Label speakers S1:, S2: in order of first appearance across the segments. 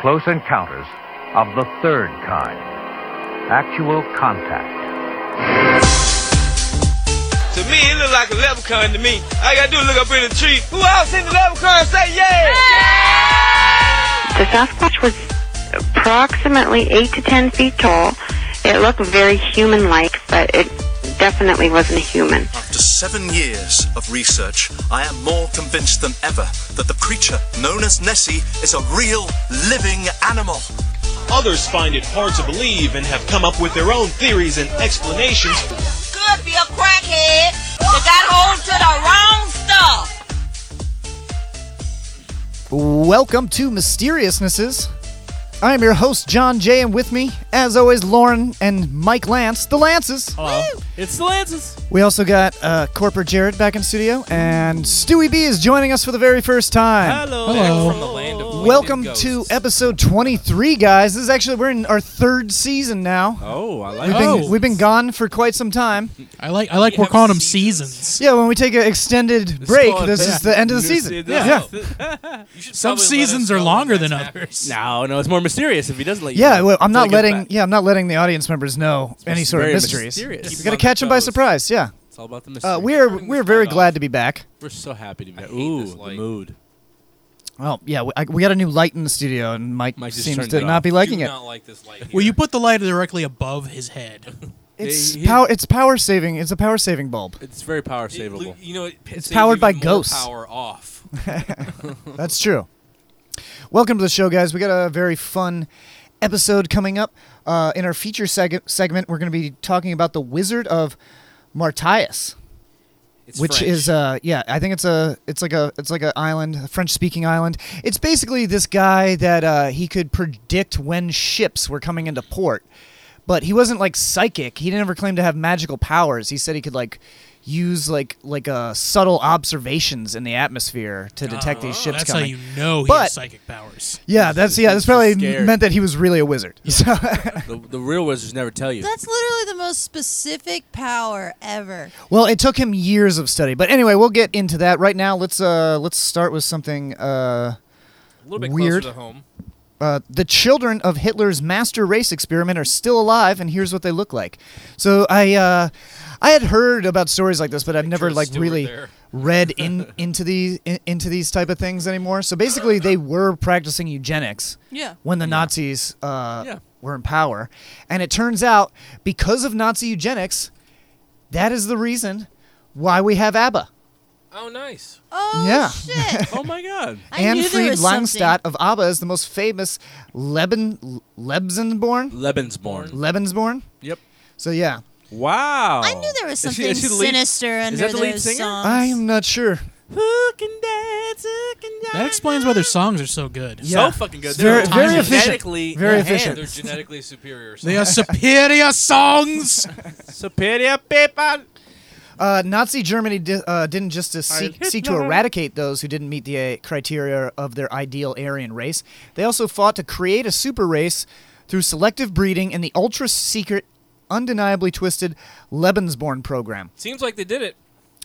S1: Close Encounters of the Third Kind. Actual contact.
S2: To me, it look like a leprechaun to me. All I gotta do is look up in the tree. Who else seen the leprechaun? Say yeah!
S3: The Sasquatch was approximately 8 to 10 feet tall. It looked very human like, but it definitely wasn't a human.
S4: After seven years of research, I am more convinced than ever that the creature known as Nessie is a real living animal.
S5: Others find it hard to believe and have come up with their own theories and explanations.
S6: could be a crackhead that got hold to the wrong stuff.
S7: Welcome to Mysteriousnesses. I am your host, John Jay, and with me, as always, Lauren and Mike Lance, the Lances.
S8: It's the Lances.
S7: We also got uh, Corporate Jared back in studio, and Stewie B is joining us for the very first time.
S8: Hello.
S9: from the land of
S7: Welcome
S9: winged
S7: to
S9: ghosts.
S7: episode 23, guys. This is actually, we're in our third season now.
S9: Oh, I like
S7: We've
S9: it.
S7: been,
S8: Oh.
S7: we've been gone for quite some time.
S8: I like I like
S9: You
S8: we're
S9: have
S8: calling them
S9: seasons?
S8: seasons.
S7: Yeah, when we take an extended break,
S9: called
S7: this is the end of the season. Yeah.
S9: You should
S8: Some
S9: probably let us
S8: seasons are
S9: know when
S8: longer
S9: that's
S8: than
S9: happening.
S8: others.
S10: No, no, it's more mysterious if he doesn't let you.
S7: Yeah,
S10: know
S7: well, I'm
S10: until
S7: not
S10: he gets
S7: letting.
S10: back.
S7: Yeah, I'm not letting the audience members know any sort of
S10: very
S7: mysteries.
S10: mysterious.
S7: You gotta
S10: Keep them on
S7: catch
S10: their
S7: them by
S10: toes.
S7: surprise. Yeah,
S10: It's all about the mystery.
S7: uh, we're
S9: turning
S7: we're
S9: this
S7: very
S9: light
S7: glad
S9: off.
S7: to be back.
S10: We're so happy to be back.
S9: I hate
S10: Ooh,
S9: this
S10: the
S9: light.
S10: mood.
S7: Well, yeah, we, I, we got a new light in the studio, and Mike,
S10: Mike just
S7: seems
S10: turned
S7: to
S10: it
S7: not
S10: off.
S7: be liking
S9: do
S7: it.
S9: not like this light here.
S8: Will you put the light directly above his head?
S7: It's
S10: Yeah, he-
S7: power. It's power saving. It's a power saving bulb.
S10: It's very power
S9: It-
S10: savable.
S9: you know, it p-
S7: It's
S9: saves
S7: powered by
S9: even more
S7: ghosts.
S9: Power off.
S7: That's true. Welcome to the show, guys. We got a very fun episode coming up. Uh, in our feature seg- segment, we're going to be talking about the Wizard of Martius.
S9: It's
S7: which
S9: French.
S7: is uh yeah i think it's a it's like a it's like an island a french speaking island it's basically this guy that uh he could predict when ships were coming into port but he wasn't like psychic he never claimed to have magical powers he said he could like use like like uh subtle observations in the atmosphere to detect these ships
S8: Oh, That's how
S7: coming
S8: you know he
S7: But-
S8: has psychic powers.
S7: yeah that's yeah that's
S10: He's
S7: probably
S10: scared.
S7: meant that he was really a wizard so
S10: the, the real wizards never tell you.
S11: That's literally the most specific power ever.
S7: Well, it took him years of study, but anyway, we'll get into that. Right now, let's uh, let's start with something. Uh,
S9: a little bit
S7: weird.
S9: closer to home.
S7: uh, the children of Hitler's master race experiment are still alive, and here's what they look like. So I, uh, I had heard about stories like this, but I've never
S9: of
S7: like
S9: Stewart
S7: really
S9: there.
S7: read in into these in, into these type of things anymore. So basically, they were practicing eugenics
S11: Yeah.
S7: when the Nazis uh,
S10: Yeah.
S7: were in power, and it turns out because of Nazi eugenics, that is the reason why we have ABBA.
S9: Oh, nice.
S11: Oh
S7: Yeah.
S11: shit!
S10: Oh my god.
S11: I knew there
S7: Anfried
S11: was something.
S7: Langstadt of ABBA is the most famous Leben Lebensborn.
S10: Lebensborn.
S7: Lebensborn.
S10: Yep.
S7: So yeah,
S10: Wow.
S11: I knew there was
S10: Is
S11: something
S10: she- is she the lead-
S11: sinister under
S10: is that the lead
S11: those
S10: singer?
S11: songs.
S7: I am not sure.
S10: Who can dance? Who can
S8: That explains why their songs are so good.
S7: Yeah.
S10: So fucking good.
S7: It's very-
S10: They're
S7: very efficient.
S10: genetically
S7: Very
S10: enhanced.
S7: efficient.
S9: They're genetically superior.
S8: They are superior songs.
S10: Superior people.
S7: Uh, Nazi Germany di- uh, didn't just to seek, seek to eradicate those who didn't meet the uh, criteria of their ideal Aryan race. They also fought to create a super race through selective breeding and the ultra secret, undeniably twisted Lebensborn program.
S9: Seems like they did it.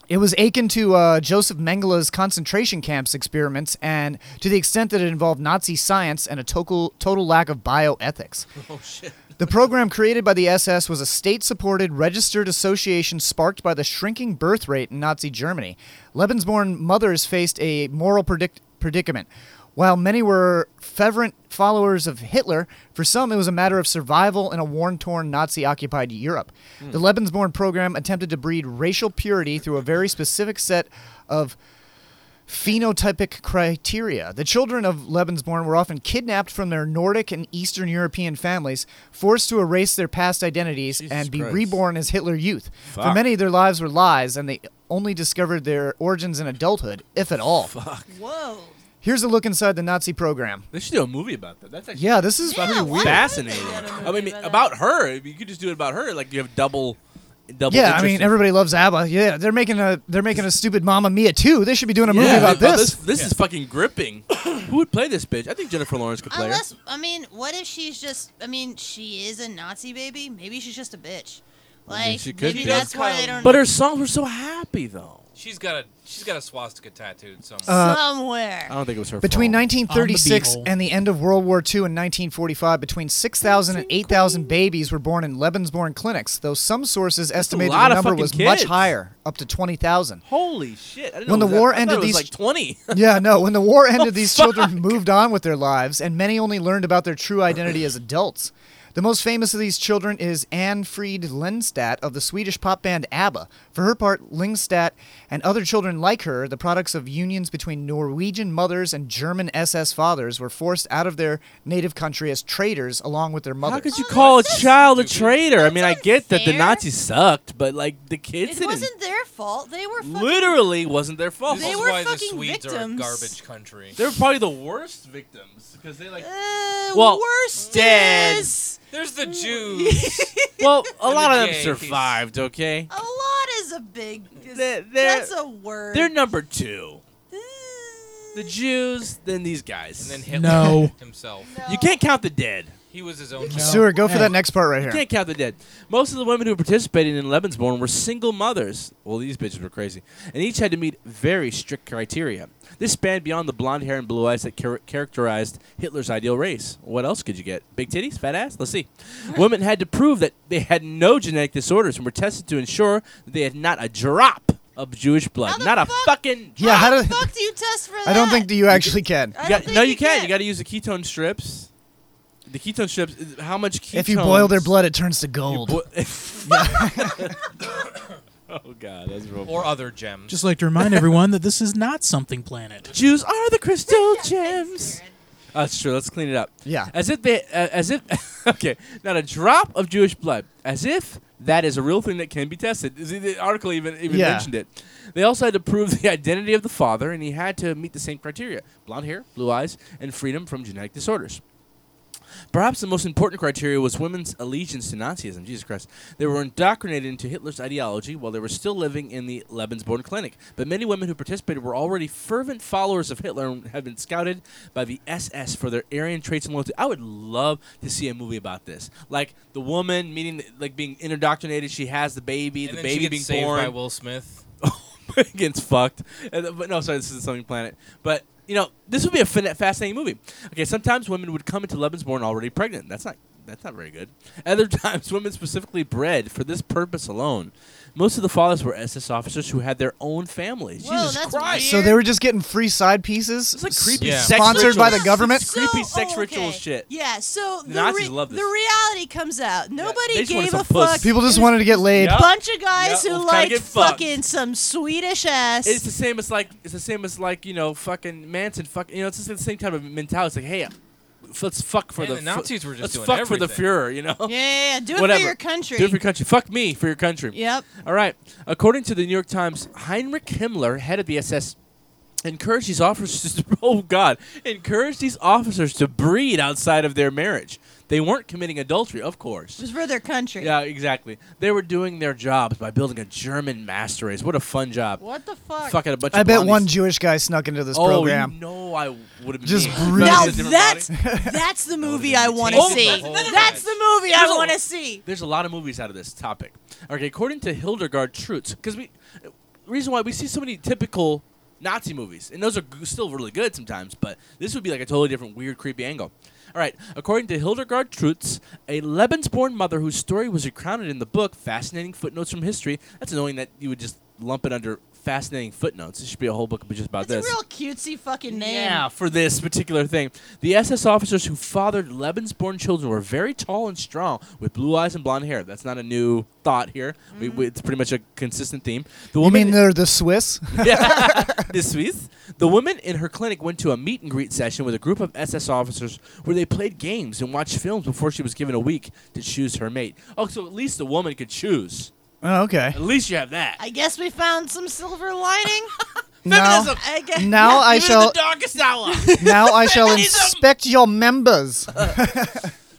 S7: It was akin to uh, Joseph Mengele's concentration camps experiments, and to the extent that it involved Nazi science and a total, total lack of bioethics.
S9: Oh shit.
S7: The program created by the SS was a state supported, registered association sparked by the shrinking birth rate in Nazi Germany. Lebensborn mothers faced a moral predic- predicament. While many were fervent followers of Hitler, for some it was a matter of survival in a war torn Nazi occupied Europe. The Lebensborn program attempted to breed racial purity through a very specific set of phenotypic criteria. The children of Lebensborn were often kidnapped from their Nordic and Eastern European families, forced to erase their past identities,
S10: Jesus
S7: and be
S10: Christ.
S7: reborn as Hitler youth. For
S10: Fuck.
S7: many, their lives were lies, and they only discovered their origins in adulthood, if at all.
S11: Whoa.
S7: Here's a look inside the Nazi program.
S10: They should do a movie about that. That's actually
S7: Yeah, this is
S11: Yeah,
S7: pretty
S11: why
S7: weird.
S10: fascinating.
S11: Yeah, I don't know
S10: I mean,
S11: about that.
S10: about her. You could just do it about her. Like you have double, double.
S7: Yeah, I
S10: interest
S7: mean
S10: in-
S7: everybody loves ABBA. Yeah, they're making a they're making a stupid Mamma Mia too. They should be doing a movie
S10: Yeah,
S7: about
S10: about
S7: this.
S10: This is fucking gripping. Who would play this bitch? I think Jennifer Lawrence could play her.
S11: Unless I mean, what if she's just? I mean, she is a Nazi baby. Maybe she's just a bitch. Like
S10: she could
S11: maybe
S10: be.
S11: that's why they don't.
S10: But her songs were so happy though.
S9: She's got a she's got a swastika tattooed somewhere.
S7: Uh,
S11: Somewhere.
S10: I don't think it was her.
S7: Between
S10: fault.
S7: 1936 and the end of World War II in 1945, between 6,000 and 8,000 babies were born in Lebensborn clinics, though some sources estimated
S10: lot
S7: the
S10: of
S7: number
S10: fucking
S7: was much
S10: kids.
S7: higher, up to 20,000.
S10: Holy shit! I didn't
S7: When
S10: know
S7: the
S10: it was
S7: war
S10: that, I
S7: ended,
S10: thought it was
S7: these
S10: like twenty.
S7: yeah, no. When the war ended, these children moved on with their lives, and many only learned about their true identity as adults. The most famous of these children is Anne Fried Lindstad of the Swedish pop band ABBA. For her part, Lindstad and other children like her, the products of unions between Norwegian mothers and German SS fathers, were forced out of their native country as traitors along with their mothers.
S10: How could you
S11: Oh,
S10: call a child a traitor? I mean, I get that the Nazis sucked, but like the kids
S11: it
S10: didn't.
S11: wasn't their fault. They were fucking.
S10: literally wasn't their fault.
S11: They
S9: This is
S11: were
S9: why the
S11: fucking
S9: Swedes
S11: victims.
S9: are a garbage country.
S10: They were probably the worst victims because they like
S11: well,
S10: well
S11: worst
S10: dead.
S11: is
S9: There's the Jews.
S10: Well, a
S9: And
S10: lot
S9: the
S10: of them
S9: gays.
S10: survived. Okay,
S11: a lot is a big. Is,
S10: They're- they're-
S11: that's a word.
S10: they're number two. The Jews, then these guys,
S9: and then Hitler
S8: No.
S9: himself.
S10: You can't count the dead.
S9: He was his own.
S7: Sewer, go for
S8: Hey.
S7: that next part right
S10: You
S7: here.
S10: can't count the dead. Most of the women who participated in Lebensborn were single mothers. Well, these bitches were crazy. And each had to meet very strict criteria. This spanned beyond the blonde hair and blue eyes that char- characterized Hitler's ideal race. What else could you get? Big titties? Fat ass? Let's see. women had to prove that they had no genetic disorders and were tested to ensure that they had not a drop of Jewish blood.
S11: the
S10: Not a
S11: fuck-
S10: fucking drop.
S7: Yeah, how
S11: How
S7: do?
S11: the fuck do you test for that?
S7: I don't think that you actually can.
S11: I
S10: You
S11: don't
S10: got-
S11: think
S10: no, you, can. You got to use the ketone strips. The ketone strips, uh, how much ketone?
S7: If you boil their blood, it turns to gold.
S10: oh god, that's real.
S9: Or other gems.
S8: Just like to remind everyone that this is not something planet.
S10: Jews are the crystal gems. That's true. Let's clean it up.
S7: Yeah.
S10: As if they, uh, as if, okay, not a drop of Jewish blood. As if that is a real thing that can be tested. The, the article even even
S7: Yeah.
S10: mentioned it. They also had to prove the identity of the father, and he had to meet the same criteria: blonde hair, blue eyes, and freedom from genetic disorders. Perhaps the most important criteria was women's allegiance to Nazism. Jesus Christ. They were indoctrinated into Hitler's ideology while they were still living in the Lebensborn clinic. But many women who participated were already fervent followers of Hitler and had been scouted by the SS for their Aryan traits and loyalty. I would love to see a movie about this. Like the woman meeting, like being indoctrinated, she has the baby,
S9: and
S10: the
S9: then
S10: baby
S9: she gets
S10: being
S9: saved
S10: born
S9: by Will Smith.
S10: gets fucked. And, uh, but no, sorry, this is Something Planet. But you know, this would be a fin- fascinating movie. Okay, sometimes women would come into Lebensborn already pregnant. That's not that's not very good. Other times, women specifically bred for this purpose alone. Most of the fathers were SS officers who had their own families.
S11: Whoa,
S10: Jesus
S11: that's
S10: Christ!
S7: So they were just getting free side pieces.
S10: It's like
S7: s-
S10: creepy
S9: Yeah.
S10: sex
S7: Sponsored by the
S10: rituals.
S7: government?
S10: It's creepy sex
S11: oh,
S10: ritual
S11: okay.
S10: shit.
S11: Yeah, so the,
S10: Nazis
S11: re-
S10: love this.
S11: the reality comes out. Nobody
S10: they just wanted
S11: gave
S10: some
S11: a fuck.
S10: puss.
S7: People just
S11: It was
S7: wanted to get laid.
S11: a bunch of guys
S10: Yeah,
S11: who
S10: let's try to
S11: liked
S10: get fucked.
S11: fucking some Swedish ass.
S10: It's the same as like it's the same as like you know fucking Manson fuck you know it's just the same type of mentality. It's like hey, f- let's fuck for
S9: Man,
S10: the
S9: the Nazis were just
S10: let's
S9: doing
S10: fuck for the
S9: everything.
S10: Führer, you know.
S11: yeah, yeah, yeah, do it
S10: Whatever.
S11: for your country.
S10: Do it for your country. Fuck me for your country.
S11: yep.
S10: All right. According to the New York Times, Heinrich Himmler, head of the SS, encouraged these officers. To, oh God, encouraged these officers to breed outside of their marriage. They weren't committing adultery, of course.
S11: It was for their country.
S10: yeah, exactly. They were doing their jobs by building a German master race. What a fun job!
S11: What the fuck?
S10: Fucking a bunch.
S7: I
S10: of
S7: bet
S10: blondies.
S7: one Jewish guy snuck into this
S10: Oh,
S7: program.
S10: you know I would have been
S7: Just
S10: me.
S7: breed.
S11: Now
S10: Is it a different
S11: that's
S10: body?
S11: that's the movie
S9: been
S11: I
S9: the
S11: want to
S9: team.
S11: see.
S9: Oh, that's-
S11: That's the movie I
S10: There's a-
S11: want to see.
S10: There's a lot of movies out of this topic. Okay, according to Hildegard Trutz, because we uh, reason why we see so many typical Nazi movies, and those are g- still really good sometimes, but this would be like a totally different, weird, creepy angle. All right, according to Hildegard Trutz, a Lebensborn mother whose story was recounted in the book Fascinating Footnotes from History. That's annoying that you would just lump it under fascinating footnotes. It should be a whole book just about
S11: That's a
S10: this.
S11: real cutesy fucking name.
S10: Yeah, for this particular thing. The SS officers who fathered Lebensborn children were very tall and strong, with blue eyes and blonde hair. That's not a new thought here. We, we- it's pretty much a consistent theme. The
S7: You
S10: woman,
S7: mean they're the Swiss?
S10: yeah, this week, the woman in her clinic went to a meet and greet session with a group of SS officers where they played games and watched films before she was given a week to choose her mate. Oh, so at least the woman could choose.
S7: oh, okay.
S10: At least you have that.
S11: I guess we found some silver lining.
S7: Now,
S11: I guess.
S7: now I
S10: Even in
S7: shall
S10: the darkest hour.
S7: now I shall inspect your members.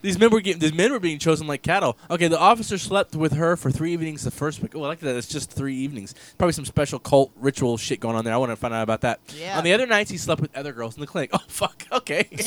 S10: These men were getting, these men were being chosen like cattle. Okay, the officer slept with her for three evenings. The first week. Oh, I like that. It's just three evenings. Probably some special cult ritual shit going on there. I want to find out about that.
S11: Yeah.
S10: On the other nights, he slept with other girls in the clinic. Oh fuck. Okay.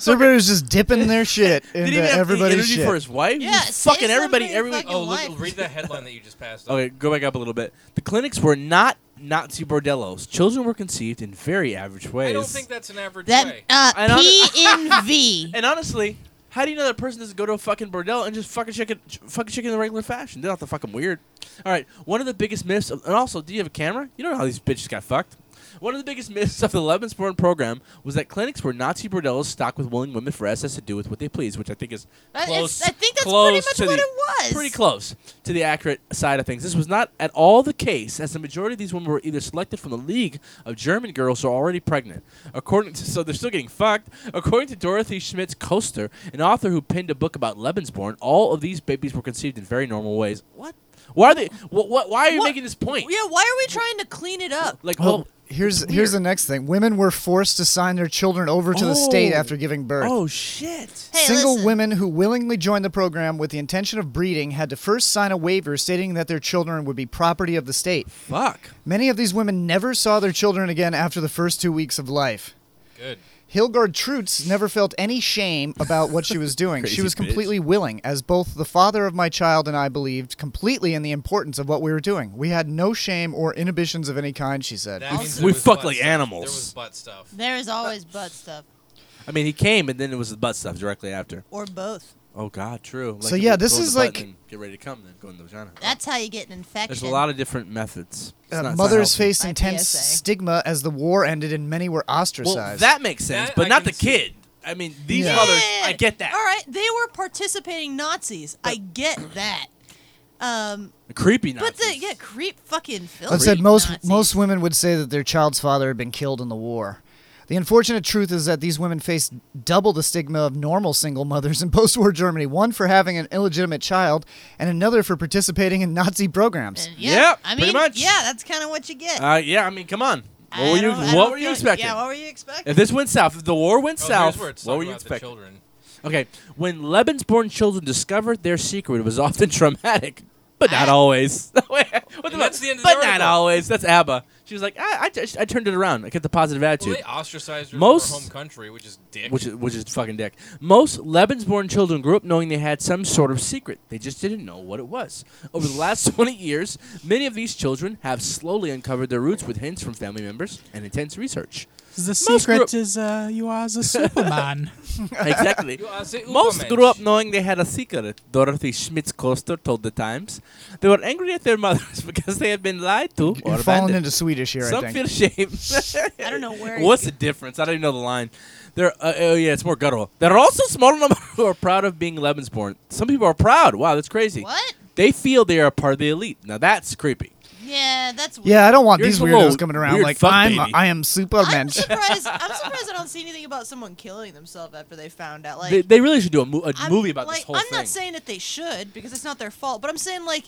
S7: So everybody was just dipping their shit
S10: Did he
S7: into
S10: even have
S7: everybody's
S10: energy
S7: shit.
S10: for his wife?
S11: Yeah,
S10: He's
S11: say
S10: fucking everybody
S11: something
S10: every week.
S11: fucking
S10: Oh,
S9: Oh,
S10: look-
S9: look, read the headline that you just passed.
S10: Okay, go back up a little bit. The clinics were not Nazi bordellos. Children were conceived in very average ways.
S9: I don't think that's an average
S10: That-
S9: way.
S10: uh, I don't-
S11: PNV.
S10: And honestly, how do you know that person doesn't go to a fucking bordel and just fucking chicken, fucking chicken in the regular fashion? They're not the fucking weird. All right, one of the biggest myths, of, and also, do you have a camera? You don't know how these bitches got fucked. One of the biggest myths of the Lebensborn program was that clinics were Nazi bordellos stocked with willing women for SS to do with what they please, which I think is
S11: That is-
S10: close.
S11: I think that's pretty
S10: close
S11: much
S10: to
S11: what
S10: the-
S11: it was.
S10: Pretty close to the accurate side of things. This was not at all the case, as the majority of these women were either selected from the League of German Girls who are already pregnant. According to, so they're still getting fucked. According to Dorothy Schmitz Koster, an author who penned a book about Lebensborn, all of these babies were conceived in very normal ways. What? Why are they? What? what why are you making this point?
S11: Yeah, why are we trying to clean it up?
S10: Like,
S7: Well,
S10: oh,
S7: here's
S10: it's
S7: here's the
S10: weird.
S7: next thing. Women were forced to sign their children over to the state
S10: Oh.
S7: after giving birth.
S10: Oh shit!
S7: Single women who willingly joined the program with the intention of breeding had to first sign a waiver stating that their children would be property of the state.
S10: Fuck.
S7: Many of these women never saw their children again after the first two weeks of life.
S9: Good.
S7: Hilgard Trutz never felt any shame about what she was doing.
S10: Crazy
S7: she was
S10: bitch.
S7: completely willing, as both the father of my child and I believed completely in the importance of what we were doing. We had no shame or inhibitions of any kind, she said.
S9: That means
S10: we
S9: there was
S10: fuck
S9: butt
S10: like
S9: stuff.
S10: animals.
S9: There was butt stuff.
S11: There is always butt stuff.
S10: I mean, he came, and then it was the butt stuff directly after.
S11: Or both.
S10: Oh God, true. Like
S7: So,
S10: if
S7: yeah,
S10: you
S7: this
S10: pull the
S7: is
S10: button
S7: like-
S10: and get ready to come, then go in the vagina.
S11: That's how you get an infection.
S10: There's a lot of different methods. It's
S7: Uh,
S10: not- it's not
S7: mothers
S10: healthy.
S7: faced
S11: My
S7: intense
S11: PSA.
S7: stigma as the war ended and many were ostracized.
S10: Well, that makes sense,
S9: That
S10: but
S9: I
S10: not the
S9: can see.
S10: kid. I mean, these
S7: Yeah.
S10: mothers. I get that.
S11: All right, they were participating Nazis. I get that. Um,
S10: Creepy Nazis.
S11: but the yeah, creep fucking filthy.
S7: That said, most
S11: Nazis.
S7: most women would say that their child's father had been killed in the war. The unfortunate truth is that these women faced double the stigma of normal single mothers in post-war Germany: one for having an illegitimate child, and another for participating in Nazi programs.
S11: Yeah,
S10: Yep,
S11: I mean,
S10: pretty much.
S11: Yeah, that's kind of what you get.
S10: Uh, yeah, I mean, come on. What
S11: I
S10: were you?
S11: don't- I
S10: What
S11: don't
S10: were you
S11: feel-
S10: expecting?
S11: Yeah, what were you expecting?
S10: if this went south, if the war went
S9: Oh,
S10: south,
S9: here's where it's
S10: what
S9: talking
S10: were you
S9: about the
S10: expecting?
S9: children.
S10: Okay, when Lebensborn children discovered their secret, it was often traumatic, but not always. What the fuck?
S9: that's the end of the
S10: but not
S9: article.
S10: always. That's ABBA. She was like, I, I, just- I turned it around. I kept the positive
S9: Well,
S10: attitude.
S9: they ostracized her
S10: Most-
S9: from her home country, which is dick.
S10: which is which is fucking dick. Most Lebensborn children grew up knowing they had some sort of secret. They just didn't know what it was. Over the last 20 years, many of these children have slowly uncovered their roots with hints from family members and intense research.
S8: The
S10: Most
S8: secret
S10: grew-
S8: is uh, you are the Superman.
S10: exactly.
S9: You are the
S10: Most
S9: Ubermensch.
S10: grew up knowing they had a secret. Dorothy Schmitz Koster told the Times they were angry at their mothers because they had been lied to or
S7: You're falling
S10: abandoned.
S7: into Swedish here,
S10: Some
S7: I think.
S10: feel shame.
S11: I don't know where.
S10: What's
S11: you
S10: the difference? I don't even know the line. They're uh, oh yeah, it's more guttural. There are also small number who are proud of being Lebensborn. Some people are proud. Wow, that's crazy.
S11: What?
S10: They feel they are a part of the elite. Now that's creepy.
S11: Yeah, that's weird.
S7: yeah, I don't want
S10: You're
S7: these
S10: just a little
S7: weirdos coming around
S10: weird
S7: like
S10: fuck
S7: I'm.
S10: baby.
S7: I am
S11: I'm
S10: oh,
S7: Superman.
S11: surprised. I'm surprised I don't see anything about someone killing themselves after they found out. Like,
S10: they, they really should do a, mo- a
S11: I'm,
S10: movie about
S11: like,
S10: this whole
S11: I'm
S10: thing.
S11: not saying that they should because it's not their fault, but I'm saying like,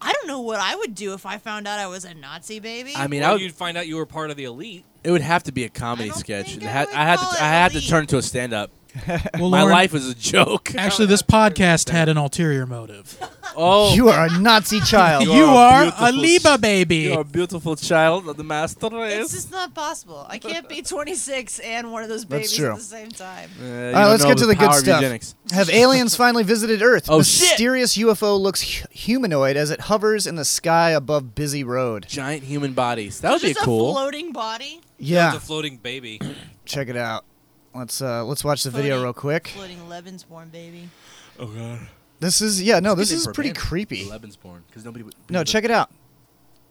S11: I don't know what I would do if I found out I was a Nazi baby.
S10: I mean,
S9: Well,
S10: I would,
S9: you'd find out you were part of the elite.
S10: it would have to be a comedy
S11: I don't
S10: sketch.
S11: think
S10: It
S11: I
S10: had-
S11: would
S10: I had
S11: call
S10: to
S11: it
S10: I had to
S11: elite.
S10: turn it to a stand up.
S8: Well,
S10: My
S8: Lauren,
S10: life is a joke.
S8: Actually, this podcast had an ulterior motive.
S10: Oh,
S7: you are a Nazi child.
S10: You
S8: You,
S10: are a
S8: are, a
S10: beautiful
S8: Liba
S10: s-
S8: baby.
S10: you're a beautiful child of the master
S11: it's
S10: race.
S11: just not possible. I can't be 26 and one of those
S7: That's
S11: babies
S7: true.
S11: at the same time.
S10: Uh, you
S7: All
S10: don't
S7: right, let's
S10: know
S7: get to the good
S10: power of
S7: stuff.
S10: eugenics.
S7: Have aliens finally visited Earth?
S10: Oh, shit.
S7: Mysterious UFO looks hu- humanoid as it hovers in the sky above busy road.
S10: Giant human bodies. That would be
S11: Just a
S10: cool.
S11: floating body,
S7: Yeah.
S9: It's a floating baby.
S7: check it out. Let's uh let's watch the video
S11: Funny.
S7: real quick.
S11: floating Lebensborn baby.
S10: oh god.
S7: This is yeah, no, this
S10: Even
S7: is
S10: for
S7: pretty
S10: men,
S7: creepy.
S10: Lebensborn, because nobody would.
S7: No, check it out.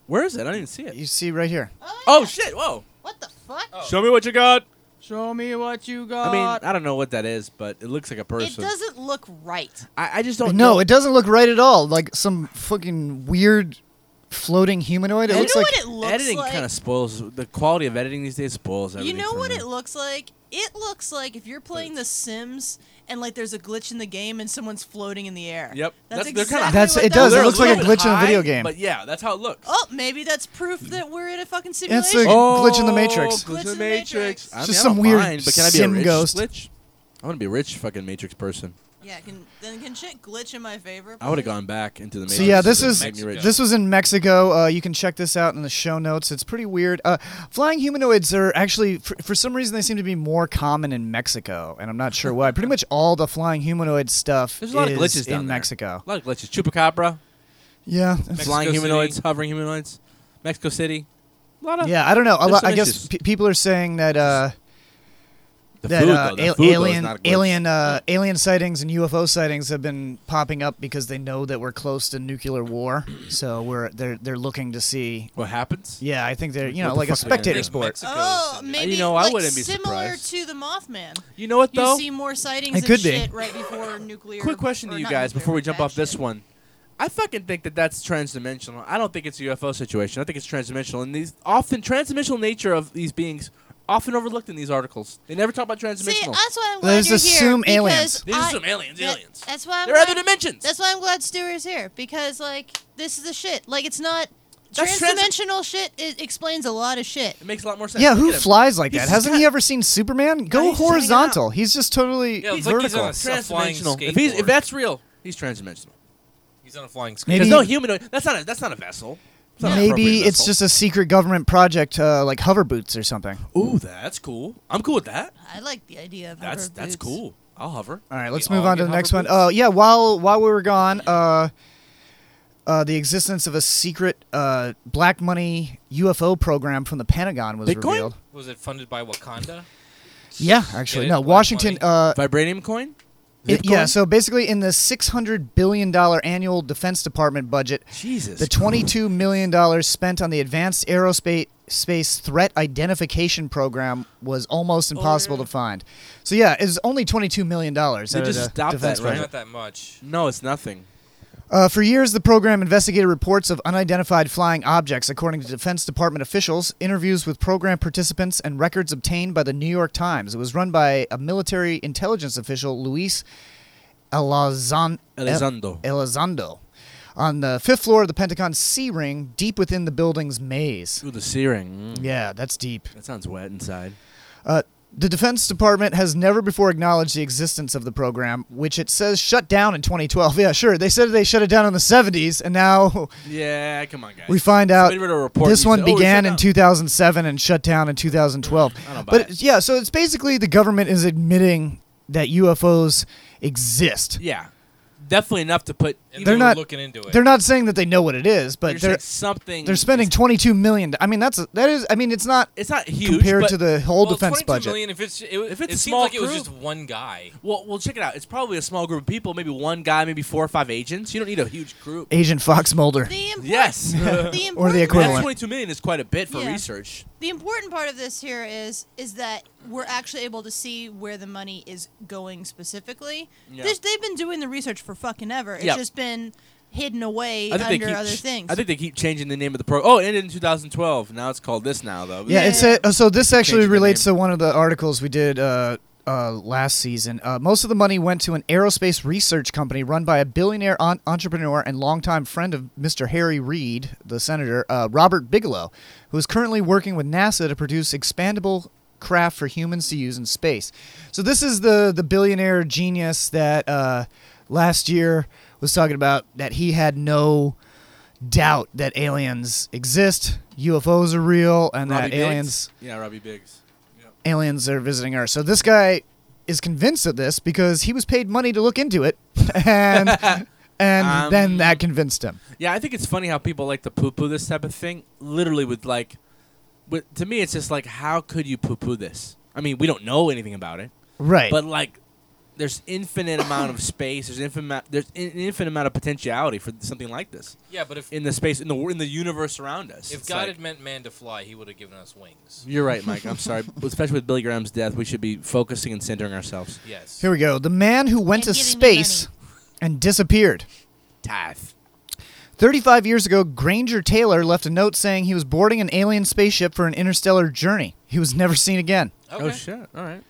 S10: Where is it? I didn't even see it.
S7: You see right here.
S10: Oh shit! Oh, Whoa.
S11: What the fuck?
S10: Show me what you got.
S9: Show me what you
S10: I
S9: got.
S10: mean, I don't know what that is, but it looks like a
S11: It
S10: person.
S11: doesn't look right.
S10: I, I just
S9: Oh,
S10: don't.
S7: No,
S10: know.
S7: it doesn't look right at all. Like some fucking weird floating humanoid. It
S11: You know
S7: looks like
S11: what it looks
S10: editing
S11: like?
S10: kind of spoils the quality of editing these days. Spoils
S11: You
S10: everything.
S11: know
S10: for
S11: what
S10: me.
S11: it looks like? It looks like if you're playing The Sims and like there's a glitch in the game and someone's floating in the air.
S10: Yep.
S11: That's,
S10: That's- they're
S11: exactly
S10: kinda-
S7: That's-
S11: what
S7: it
S11: that
S7: does. It
S10: They're
S7: looks like a
S10: little
S7: glitch in a video
S10: high,
S7: game.
S10: But yeah, that's how it looks.
S11: Oh, maybe that's proof that we're in a fucking
S7: like-
S11: simulation.
S7: glitch in the Matrix.
S10: Oh, Glitch in the
S11: Glitch in the
S10: Matrix.
S11: Matrix.
S10: I mean,
S7: Just
S10: I don't
S7: some weird
S10: mind, but can I be a
S7: sim
S10: rich
S7: ghost.
S10: glitch? I want to be a rich fucking Matrix person.
S11: Yeah, can then can shit glitch in my favor?
S10: I would have gone back into the.
S7: So yeah,
S10: Matrix
S7: this
S10: and
S7: is
S10: made me rich.
S7: this was in Mexico. Uh, you can check this out in the show notes. It's pretty weird. Uh, flying humanoids are actually, for, for some reason, they seem to be more common in Mexico, and I'm not sure why. pretty much all the flying humanoid stuff
S10: There's a lot
S7: is
S10: of glitches down
S7: in
S10: there.
S7: Mexico.
S10: A lot of glitches. Chupacabra.
S7: Yeah.
S10: Flying humanoids, hovering humanoids. Mexico City. A lot of
S7: Yeah, I don't know. A
S10: There's
S7: lot,
S10: some
S7: I guess
S10: issues.
S7: pe- people are saying that. Uh,
S10: The
S7: that
S10: food,
S7: uh,
S10: though, the
S7: al-
S10: food, though, is
S7: alien
S10: not a glitch.
S7: alien uh, alien sightings and UFO sightings have been popping up because they know that we're close to nuclear war, so we're they're they're looking to see
S10: what happens.
S7: Yeah, I think they're you
S10: What
S7: know
S10: the
S7: like a
S10: fuck are they gonna
S7: spectator
S10: do?
S7: sport.
S11: Oh, maybe
S10: Uh, You know, I
S11: like
S10: wouldn't be
S11: similar
S10: surprised.
S11: to the Mothman.
S10: You know what, though?
S11: You see more sightings
S10: It
S11: of
S10: could be.
S11: shit right before nuclear.
S10: Quick question
S11: or
S10: to you
S11: not
S10: guys
S11: nuclear,
S10: before we
S11: but
S10: jump
S11: bad
S10: off this one. I fucking think that that's transdimensional. I don't think it's a UFO situation. I think it's transdimensional, and these often transdimensional nature of these beings often overlooked in these articles. They never talk about transdimensional.
S11: See, that's why I'm glad
S10: They just
S11: you're here.
S10: assume
S11: because
S10: aliens. They just
S11: I-
S10: assume aliens,
S11: that-
S10: aliens.
S11: That's why I'm
S10: There are other
S11: glad-
S10: dimensions.
S11: That's why I'm glad Stuart's here because like this is the shit. Like it's not
S10: That's trans-
S11: transdimensional shit. It explains a lot of shit. It
S10: makes a lot more sense.
S7: Yeah, who flies like that? Hasn't he ever seen Superman? Go horizontal. He's just totally
S10: Yeah, it's like he's
S7: vertical.
S10: on a flying If, he's, if that's real, he's transdimensional.
S9: He's on a flying
S7: Maybe-
S10: There's no humanoid. That's not a, that's not a vessel. It's not an
S7: Maybe
S10: appropriate
S7: it's
S10: vessel.
S7: just a secret government project, uh, like hover boots or something.
S10: Ooh, that's cool. I'm cool with that.
S11: I like the idea of
S10: That's
S11: hover
S10: that's
S11: boots.
S10: cool. I'll hover.
S7: All right, let's move on to the next one. Oh yeah, while while we were gone, uh, uh, the existence of a secret uh, black money UFO program from the Pentagon was revealed.
S12: Was it funded by Wakanda?
S7: Yeah, actually,
S12: Get it?
S7: no,
S12: Black
S7: Washington. Uh,
S10: Vibranium coin.
S7: It- yeah, so basically, in the six hundred billion dollar annual Defense Department budget,
S10: Jesus,
S7: the twenty two million dollars spent on the Advanced Aerospace Space Threat Identification Program was almost impossible to find. So yeah, it's only twenty two million dollars.
S10: Oh, They just stopped that, right?
S12: Not that much.
S10: No, it's nothing.
S7: Uh, for years, the program investigated reports of unidentified flying objects, according to Defense Department officials, interviews with program participants, and records obtained by the New York Times. It was run by a military intelligence official, Luis Elazan- El-
S10: Elizondo.
S7: Elizondo, on the fifth floor of the Pentagon's C ring, deep within the building's maze.
S10: Ooh, the searing. Mm.
S7: Yeah, that's deep.
S10: That sounds wet inside.
S7: Uh, the Defense Department has never before acknowledged the existence of the program, which it says shut down in 2012. Yeah, sure. They said they shut it down in the 70s, and now
S10: Yeah, come on, guys.
S7: we find out
S10: Somebody wrote a report
S7: this
S10: and
S7: one
S10: said, "Oh, we
S7: began
S10: shut
S7: in
S10: down."
S7: 2007 and shut down in 2012.
S10: don't buy
S7: But it- yeah, so it's basically the government is admitting that UFOs exist.
S10: Yeah, definitely enough to put.
S7: they're not They're not saying that they know what it is, but
S10: They're
S7: they're
S10: saying something
S7: They're spending 22 million. I mean, that's a, that is. I mean, it's not.
S10: It's not huge
S7: compared
S10: but-
S7: to the whole
S10: well,
S7: defense budget.
S12: Million, if it's it, if
S10: If it's
S12: it
S10: a
S12: seems
S10: small
S12: like it was
S10: group-
S12: just one guy.
S10: Well, well, check it out. It's probably a small group of people, maybe one guy, maybe four or five agents. You don't need a huge group.
S7: Agent Fox Mulder.
S10: yes,
S7: the Or the equivalent.
S10: That's Twenty-two million is quite a bit for
S11: Yeah.
S10: research.
S11: The important part of this here is is that we're actually able to see where the money is going specifically.
S10: Yeah.
S11: There's- They've been doing the research for fucking ever. It's
S10: Yeah.
S11: just been hidden away
S10: I think
S11: under
S10: they keep.
S11: other
S10: ch-
S11: things.
S10: I think they keep changing the name of the pro. Oh, it ended in 2012. Now it's called this now though.
S7: Yeah, it's a, uh, so this
S10: Keep
S7: actually
S10: changing the
S7: relates to one of the articles we did uh, uh, last season. Uh, most of the money went to an aerospace research company run by a billionaire on- entrepreneur and longtime friend of Mr. Harry Reid, the senator, uh, Robert Bigelow, who is currently working with NASA to produce expandable craft for humans to use in space. So this is the the billionaire genius that uh, last year was talking about that he had no doubt that aliens exist, UFOs are real, and
S10: Robbie
S7: that
S10: Biggs?
S7: aliens
S10: Yeah, Robbie Biggs.
S7: aliens are visiting Earth. So this guy is convinced of this because he was paid money to look into it, and and
S10: Um,
S7: then that convinced him.
S10: Yeah, I think it's funny how people like to poo-poo this type of thing. Literally, with like, with, to me, it's just like, how could you poo-poo this? I mean, we don't know anything about it,
S7: Right.
S10: But like, there's infinite amount of space. There's infinite. There's in- an infinite amount of potentiality for something like this.
S12: Yeah, but if-
S10: in the space in the wor- in the universe around us,
S12: If
S10: It's
S12: God
S10: like-
S12: had meant man to fly, he would have given us wings.
S10: you're right, Mike. I'm sorry, especially with Billy Graham's death, we should be focusing and centering ourselves.
S12: Yes.
S7: Here we go. The man who went to space and disappeared.
S10: Tithe.
S7: 35 years ago, Granger Taylor left a note saying he was boarding an alien spaceship for an interstellar journey. He was never seen again.
S10: Oh shit! All right.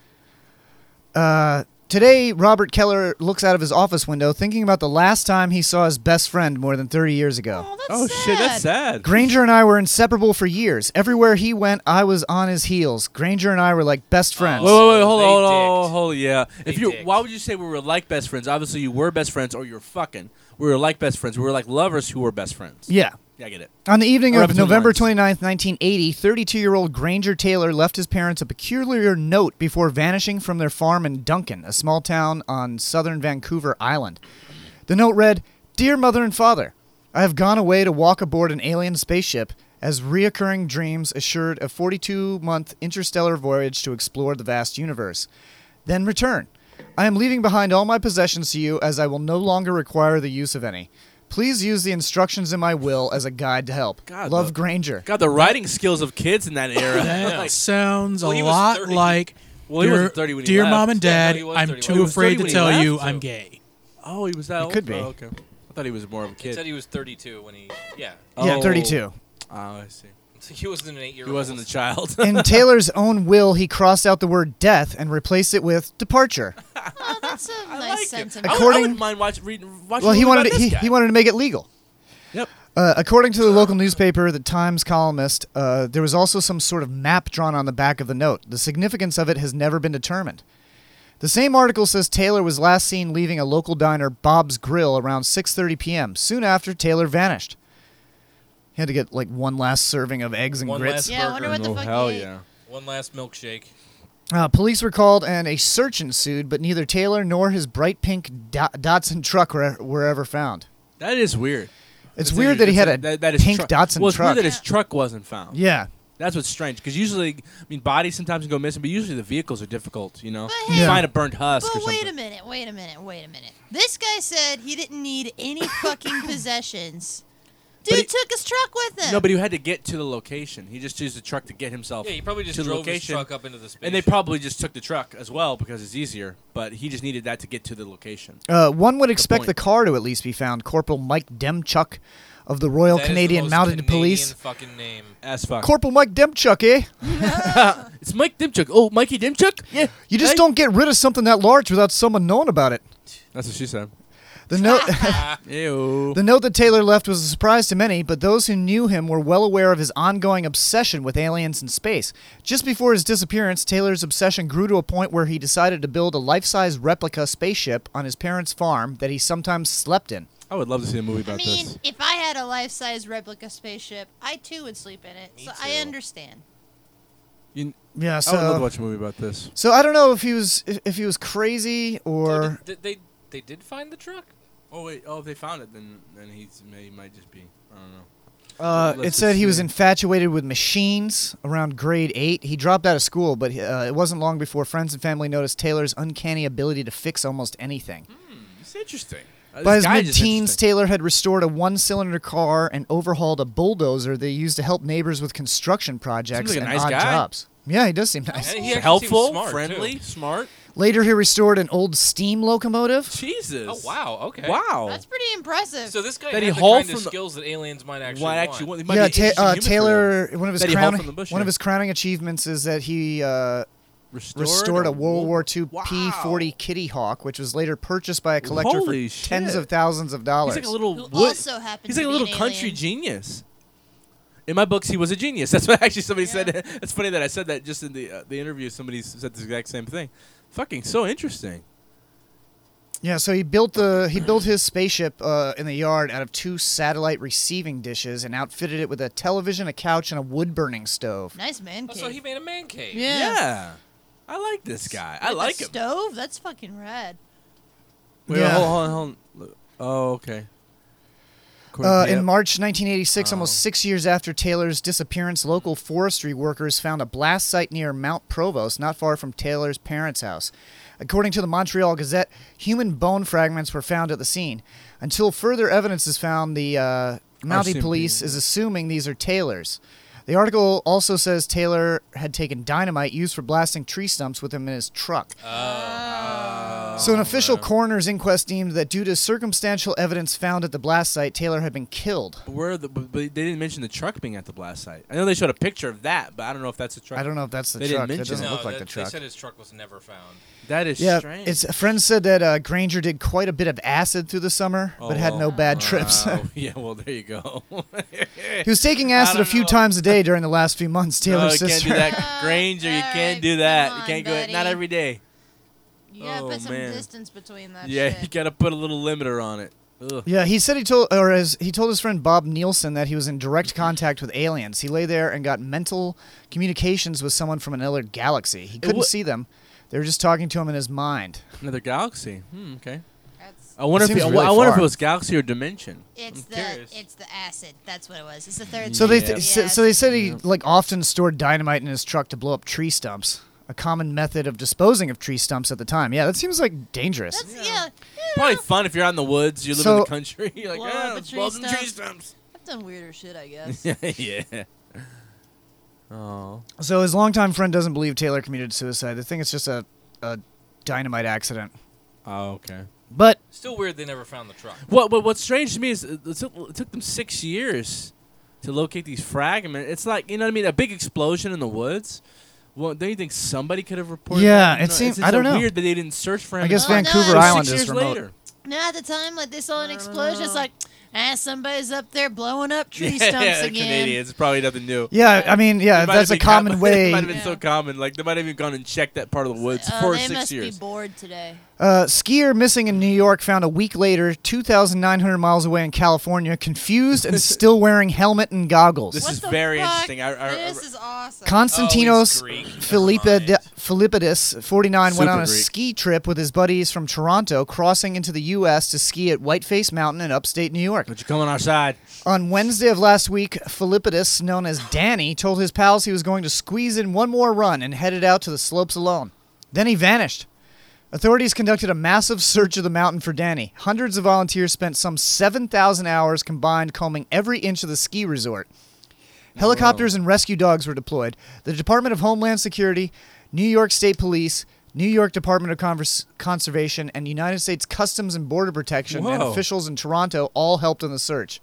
S7: Uh, Today, Robert Keller looks out of his office window thinking about the last time he saw his best friend more than 30 years ago.
S10: oh shit, that's sad.
S7: Granger and I were inseparable for years. Everywhere he went, I was on his heels. Granger and I were like best friends.
S10: Uh, Wait, wait, wait, hold on, hold on, hold on, hold on, yeah. If you, why would you say we were like best friends? Obviously, you were best friends, or you're fucking. We were like best friends. We were like lovers who were best friends.
S7: Yeah.
S10: yeah, I get it.
S7: On the evening
S10: Or
S7: of
S10: between
S7: November
S10: lines.
S7: 29th, 1980, 32 year old Granger Taylor left his parents a peculiar note before vanishing from their farm in Duncan, a small town on southern Vancouver Island. The note read Dear Mother and Father, I have gone away to walk aboard an alien spaceship, as reoccurring dreams assured a 42 month interstellar voyage to explore the vast universe. Then return. I am leaving behind all my possessions to you, as I will no longer require the use of any. Please use the instructions in my will as a guide to help. Love Granger.
S10: God, the writing skills of kids in that era.
S8: That
S10: Like,
S8: sounds
S10: Well,
S8: a
S10: he was
S8: lot
S10: 30.
S8: like
S10: Well, he wasn't
S8: "Dear-
S10: 30 when he
S8: Dear
S10: left.
S8: mom and
S10: Yeah, no,
S8: dad,
S10: he was
S8: I'm
S10: 30
S8: too
S10: when he
S8: afraid
S10: left.
S8: to
S10: He
S8: tell you
S10: left,
S8: I'm
S10: so-
S8: gay.
S10: Oh, he was that
S12: He
S10: old?
S12: could be.
S10: Oh, okay. I thought he was more of a
S12: He
S10: kid.
S12: said he was 32 when he. Yeah.
S7: Yeah, 32.
S10: Oh, I see.
S12: So he wasn't an eight-year-old.
S10: He wasn't a child.
S7: In Taylor's own will, he crossed out the word death and replaced it with departure.
S11: Oh, that's a nice sentiment.
S10: I, would, I wouldn't mind watch, read, watching.
S7: well, he wanted
S10: to,
S7: to, he, he wanted to make it legal.
S10: Yep.
S7: Uh, according to the local newspaper, the Times columnist, uh, there was also some sort of map drawn on the back of the note. The significance of it has never been determined. The same article says Taylor was last seen leaving a local diner, Bob's Grill, around 6:30 p.m. Soon after, Taylor vanished. He had to get like one last serving of eggs and
S12: One
S7: grits.
S12: last burger.
S10: hell ate. yeah.
S12: One last milkshake.
S7: Uh, police were called and a search ensued, but neither Taylor nor his bright pink Do- Datsun truck were, were ever found.
S10: That is weird.
S7: It's
S10: That's
S7: weird that he had a
S10: that's- that is
S7: pink
S10: truck-
S7: Datsun
S10: well, it's
S7: truck.
S10: Weird that his truck wasn't found.
S7: Yeah.
S10: That's what's strange because usually, I mean, bodies sometimes go missing, but usually the vehicles are difficult. You know,
S11: hey,
S10: you
S11: Yeah.
S10: find a burnt husk or
S11: But
S10: something.
S11: wait a minute, wait a minute, wait a minute. This guy said he didn't need any fucking possessions. Dude took his truck with him.
S10: No, but he had to get to the location. He just used the truck to get himself.
S12: Yeah, he probably just
S10: to the
S12: drove his
S10: location.
S12: truck up into the
S10: And they probably just took the truck as well because it's easier. But he just needed that to get to the location.
S7: Uh, one would expect the,
S10: point.
S7: car to at least be found. Corporal Mike Demchuk of the Royal Canadian Mounted Police.
S12: Fucking name.
S10: As fuck.
S7: Corporal Mike Demchuk, eh?
S10: it's Mike Demchuk. Oh, Mikey Demchuk? Yeah.
S7: You just don't get rid of something that large without someone knowing about it.
S10: That's what she said.
S7: The note,
S10: Ew.
S7: the note that Taylor left was a surprise to many, but those who knew him were well aware of his ongoing obsession with aliens and space. Just before his disappearance, Taylor's obsession grew to a point where he decided to build a life-size replica spaceship on his parents' farm that he sometimes slept in.
S10: I would love to see a movie about
S11: I mean,
S10: this.
S11: if I had a life-size replica spaceship, I too would sleep in it. so I understand.
S10: You,
S7: Yeah,
S10: I would love
S7: so- uh,
S10: to watch a movie about this.
S7: So I don't know if he was if, if he was crazy or
S10: Did they they did find the truck? Oh wait, oh if they found it, then then he's he might just be I don't know.
S7: Uh,
S10: Let's
S7: it
S10: just
S7: said he was
S10: see.
S7: infatuated with machines around grade eight. He dropped out of school, but uh, it wasn't long before friends and family noticed Taylor's uncanny ability to fix almost anything.
S10: It's interesting. Uh,
S7: By his
S10: this guy is
S7: mid
S10: just
S7: teens, Taylor had restored a one cylinder car and overhauled a bulldozer they used to help neighbors with construction projects
S10: like a
S7: and
S10: nice
S7: odd
S10: guy.
S7: jobs. Yeah, he does seem nice.
S10: interesting.
S12: he actually
S10: helpful,
S12: seems smart,
S10: friendly,
S12: too.
S10: smart.
S7: Later, he restored an old steam locomotive.
S10: Jesus.
S12: Oh wow. Okay.
S10: Wow.
S11: That's pretty impressive.
S12: So this guy
S10: That he
S12: had the
S10: hauled
S12: kind of
S10: from the-
S12: skills that aliens might actually
S10: Might
S12: want.
S10: actually want- he might
S7: Yeah,
S10: be an
S7: ta- uh,
S10: interesting human for
S7: Taylor.
S10: them.
S7: One of his
S10: That he hauled
S7: crowning
S10: from the bush,
S7: one of
S10: yeah.
S7: his crowning achievements is that he uh,
S10: restored,
S7: a
S10: a
S7: World War II P-40 Kitty Hawk, which was later purchased by a collector
S10: Holy
S7: for tens
S10: shit.
S7: of thousands of dollars.
S10: He's like a little
S11: Who
S10: wood-
S11: also happens
S10: He's like
S11: to be
S10: a little
S11: an
S10: country
S11: alien.
S10: genius. In my books, he was a genius. That's what actually somebody said. It's funny that I said that just in the uh, the interview. Somebody s- said the exact same thing. Fucking so interesting.
S7: yeah, so he built the he built his spaceship uh, in the yard out of two satellite receiving dishes and outfitted it with a television, a couch, and a wood burning stove.
S11: Nice man
S12: Oh,
S11: cave.
S12: so he made a man cave.
S11: Yeah.
S10: Yeah. I like this guy. I
S11: With a
S10: like him.
S11: Stove? That's fucking rad.
S10: Wait,
S7: Yeah.
S10: hold on, hold on. Look- Oh, okay.
S7: Uh,
S10: Yep.
S7: In March 1986, almost six years after Taylor's disappearance, local forestry workers found a blast site near Mount Provost, not far from Taylor's parents' house. According to the Montreal Gazette, human bone fragments were found at the scene. Until further evidence is found, the uh, Mountie
S10: RCMP.
S7: police is assuming these are Taylor's. The article also says Taylor had taken dynamite used for blasting tree stumps with him in his truck.
S12: Oh.
S7: So, an official coroner's inquest deemed that due to circumstantial evidence found at the blast site, Taylor had been killed.
S10: But Where are the, but but they didn't mention the truck being at the blast site. I know they showed a picture of that, but I don't know if that's the truck.
S7: I don't know if that's the
S10: they
S7: truck. That
S10: Didn't mention
S7: doesn't
S10: it.
S7: look like
S12: Oh, that-
S7: the
S12: They
S7: truck.
S12: said his truck was never found.
S10: That is
S7: yeah,
S10: strange.
S7: it's friends said that uh, Granger did quite a bit of acid through the summer, but
S10: Oh,
S7: had no
S10: well.
S7: bad trips.
S10: Wow. yeah, well, there you go.
S7: he was taking acid a few times a day during the last few months.
S10: no,
S7: Taylor's
S10: you can't
S7: sister.
S10: do that, Granger. You can't do that. you can't go. Not
S11: buddy.
S10: every day.
S11: You gotta
S10: Oh,
S11: put some
S10: man.
S11: distance between that
S10: yeah,
S11: shit.
S10: you gotta put a little limiter on it. Ugh.
S7: Yeah, he said he told, or as he told his friend Bob Nielsen that he was in direct contact with aliens. He lay there and got mental communications with someone from another galaxy. He couldn't
S10: wa-
S7: see them; they were just talking to him in his mind.
S10: Another galaxy. Hmm, okay. I wonder if
S7: Seems
S10: I,
S7: really
S10: I wonder if
S7: far.
S10: it was galaxy or dimension.
S11: It's the it's the acid. That's what it was. It's the third.
S7: So they
S11: step.
S7: th- so, so they said he like often stored dynamite in his truck to blow up tree stumps, a common method of disposing of tree stumps at the time. Yeah, that seems like dangerous.
S11: yeah.
S10: Probably fun if you're out in the woods. You live in
S7: So-
S10: the country. You're like,
S11: Blow
S10: ah,
S11: up a
S10: let's
S11: tree
S10: blow up some tree
S11: stump. I've done weirder shit, I guess.
S10: stumps. yeah. Oh.
S7: So his longtime friend doesn't believe Taylor committed suicide. They think it's just a, a dynamite accident.
S10: Oh, okay.
S7: But
S12: Still weird they never found the truck.
S10: What, what What's strange to me is it it took, it took them six years to locate these fragments. It's like you know what I mean. A big explosion in the woods. Well, don't you think somebody could have reported?
S7: Yeah,
S10: that?
S7: it
S10: it's-
S7: seems-
S10: it's
S7: I don't
S10: so
S7: know.
S10: Weird that they didn't search for
S7: I
S10: him.
S7: guess Well, no, Vancouver
S10: Six
S7: Island
S10: years
S7: is remote.
S10: later.
S11: No, at the time, like they saw an explosion,
S10: Uh.
S11: it's like, ah, somebody's up there blowing up tree
S10: yeah,
S11: stumps
S10: yeah,
S11: again.
S10: Canadians probably nothing new.
S7: Yeah, I mean, yeah,
S10: It might
S7: that's
S10: have
S7: a
S10: been com-
S7: common
S10: it
S7: way.
S10: might have been so common. Like they might have even gone and checked that part of the woods
S11: Oh,
S10: for
S11: they
S10: six
S11: must
S10: years.
S11: be bored today.
S7: Uh, skier missing in New York found a week later, 2,900 miles away in California, confused and still wearing helmet and goggles.
S10: This is very interesting. I, I,
S11: This is awesome.
S7: Konstantinos Philippa de- Philippidis, 49, went
S10: Super
S7: on a
S10: Greek.
S7: ski trip with his buddies from Toronto, crossing into the U.S. to ski at Whiteface Mountain in upstate New York.
S10: But you come on our side.
S7: On Wednesday of last week, Philippidis, known as Danny, told his pals he was going to squeeze in one more run and headed out to the slopes alone. Then he vanished. Authorities conducted a massive search of the mountain for Danny. Hundreds of volunteers spent some 7,000 hours combined combing every inch of the ski resort. Helicopters and rescue dogs were deployed. The Department of Homeland Security, New York State Police, New York Department of Convers- Conservation, and United States Customs and Border Protection and
S10: Whoa.
S7: officials in Toronto all helped in the search.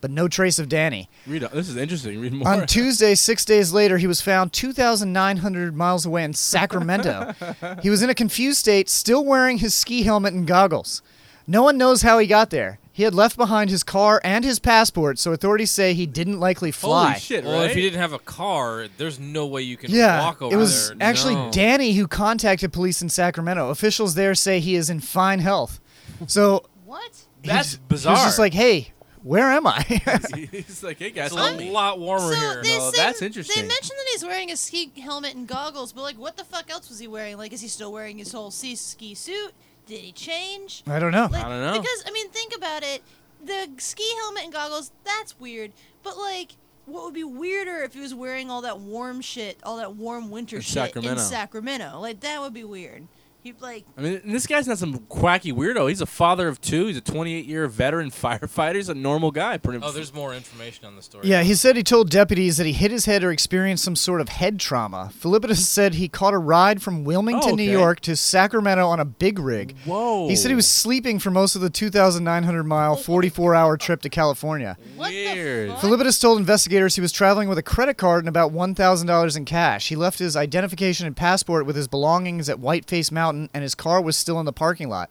S7: But no trace of Danny.
S10: Read. This is interesting. Read more.
S7: On Tuesday, six days later, he was found 2,900 miles away in Sacramento. he was in a confused state, still wearing his ski helmet and goggles. No one knows how he got there. He had left behind his car and his passport, so authorities say he didn't likely fly.
S12: Well, if you didn't have a car, there's no way you can
S7: yeah,
S12: walk over
S7: it was
S12: there.
S7: actually
S12: No.
S7: Danny who contacted police in Sacramento. Officials there say he is in fine health. So
S11: what?
S10: That's
S7: He was just
S10: bizarre.
S7: like, "Hey, where am I?"
S10: He's like, hey guys,
S12: It's a lot warmer
S11: So
S12: here.
S11: they
S10: No,
S11: said-
S10: that's interesting.
S11: They mentioned that he's wearing a ski helmet and goggles, but like, what the fuck else was he wearing? Like, is he still wearing his whole sea- ski suit? Did he change?
S7: I don't know.
S11: Like,
S7: I don't know.
S11: Because I mean, think about it. The ski helmet and goggles—that's weird. But like, what would be weirder if he was wearing all that warm shit, all that warm winter
S10: In
S11: shit
S10: Sacramento.
S11: in Sacramento? Like, that would be weird. He'd like,
S10: I mean, this guy's not some quacky weirdo. He's a father of two. He's a 28 year veteran firefighter. He's a normal guy. Pretty
S12: Oh, there's more information on the story.
S7: Yeah, he said he told deputies that he hit his head or experienced some sort of head trauma. Philippidis said he caught a ride from Wilmington,
S10: Oh,
S7: New
S10: okay.
S7: York to Sacramento on a big rig.
S10: Whoa.
S7: He said he was sleeping for most of the 2,900 mile, 44 hour trip to California.
S10: weird.
S12: Oh,
S7: Philippidis told investigators he was traveling with a credit card and about $1,000 in cash. He left his identification and passport with his belongings at Whiteface Mountain, and his car was still in the parking lot.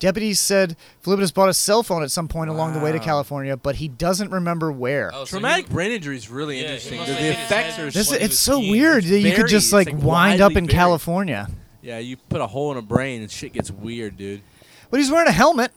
S7: Deputies said Philippidis bought a cell phone at some point along the way to
S10: Wow.
S7: California, but he doesn't remember where.
S10: Traumatic brain injury is really interesting. The, the effects are
S7: This,
S10: what he
S7: it's
S10: was
S7: so
S10: seeing.
S7: weird that you could
S10: Buried.
S7: just
S10: It's,
S7: like, wind up
S10: widely
S7: in
S10: buried.
S7: California.
S10: Yeah, you put a hole in a brain and shit gets weird, dude.
S7: But he's wearing a helmet.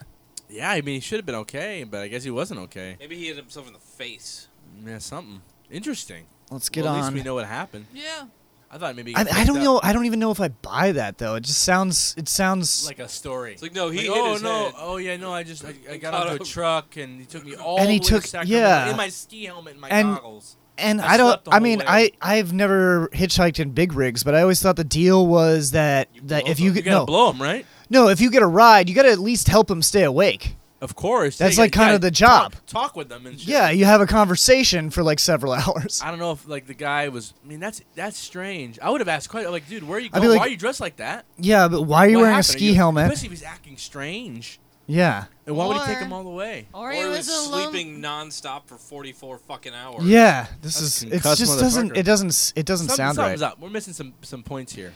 S10: Yeah, I mean, he should have been okay, but I guess he wasn't okay.
S12: Maybe he hit himself in the face.
S10: Yeah, something interesting.
S7: Let's get
S10: well, At
S7: on.
S10: least we know what happened.
S11: Yeah.
S10: I thought maybe. he
S7: I,
S10: got
S7: I don't
S10: picked
S7: know.
S10: up
S7: I don't even know if I buy that though. It just sounds. It sounds
S10: Like a story. It's
S12: like no, he
S10: Like,
S12: hit
S10: oh
S12: his
S10: no,
S12: head.
S10: oh yeah, no. I just I, I got
S12: caught
S10: out of a
S12: up.
S10: truck and he took me all
S7: and
S10: the
S7: he
S10: way
S7: took
S10: to Sacramento
S7: yeah
S10: in my ski helmet and my
S7: and,
S10: goggles.
S7: And
S10: I
S7: I, don't.
S10: slept the
S7: I
S10: whole
S7: mean,
S10: way.
S7: I I've never hitchhiked in big rigs, but I always thought the deal was that that if you,
S10: You
S7: get
S10: gotta
S7: no
S10: blow him, right?
S7: no if you get a ride, you got to at least help him stay awake.
S10: Of course.
S7: That's
S10: Yeah,
S7: like
S10: yeah,
S7: kind
S10: yeah,
S7: of the job.
S10: Talk, talk with them and shit.
S7: Yeah, you have a conversation for like several hours.
S10: I don't know if like the guy was. I mean, that's that's strange. I would have asked quite like, dude, where are you
S7: I'd
S10: going?
S7: be like-
S10: why are you dressed like that?
S7: Yeah, but why are you
S10: What
S7: wearing a
S10: happened?
S7: ski
S10: you-
S7: helmet?
S10: Especially if he's acting strange.
S7: Yeah.
S10: And why would he take
S12: Or-
S10: him all the way?
S12: Or, he was, sleeping nonstop for 44 fucking hours.
S7: Yeah, this
S10: That's
S7: is
S10: a
S7: it.
S10: concussed
S7: Just doesn't
S10: motherfucker.
S7: it doesn't s- it doesn't
S10: Something-
S7: sound right.
S10: something's up. We're missing some some points here.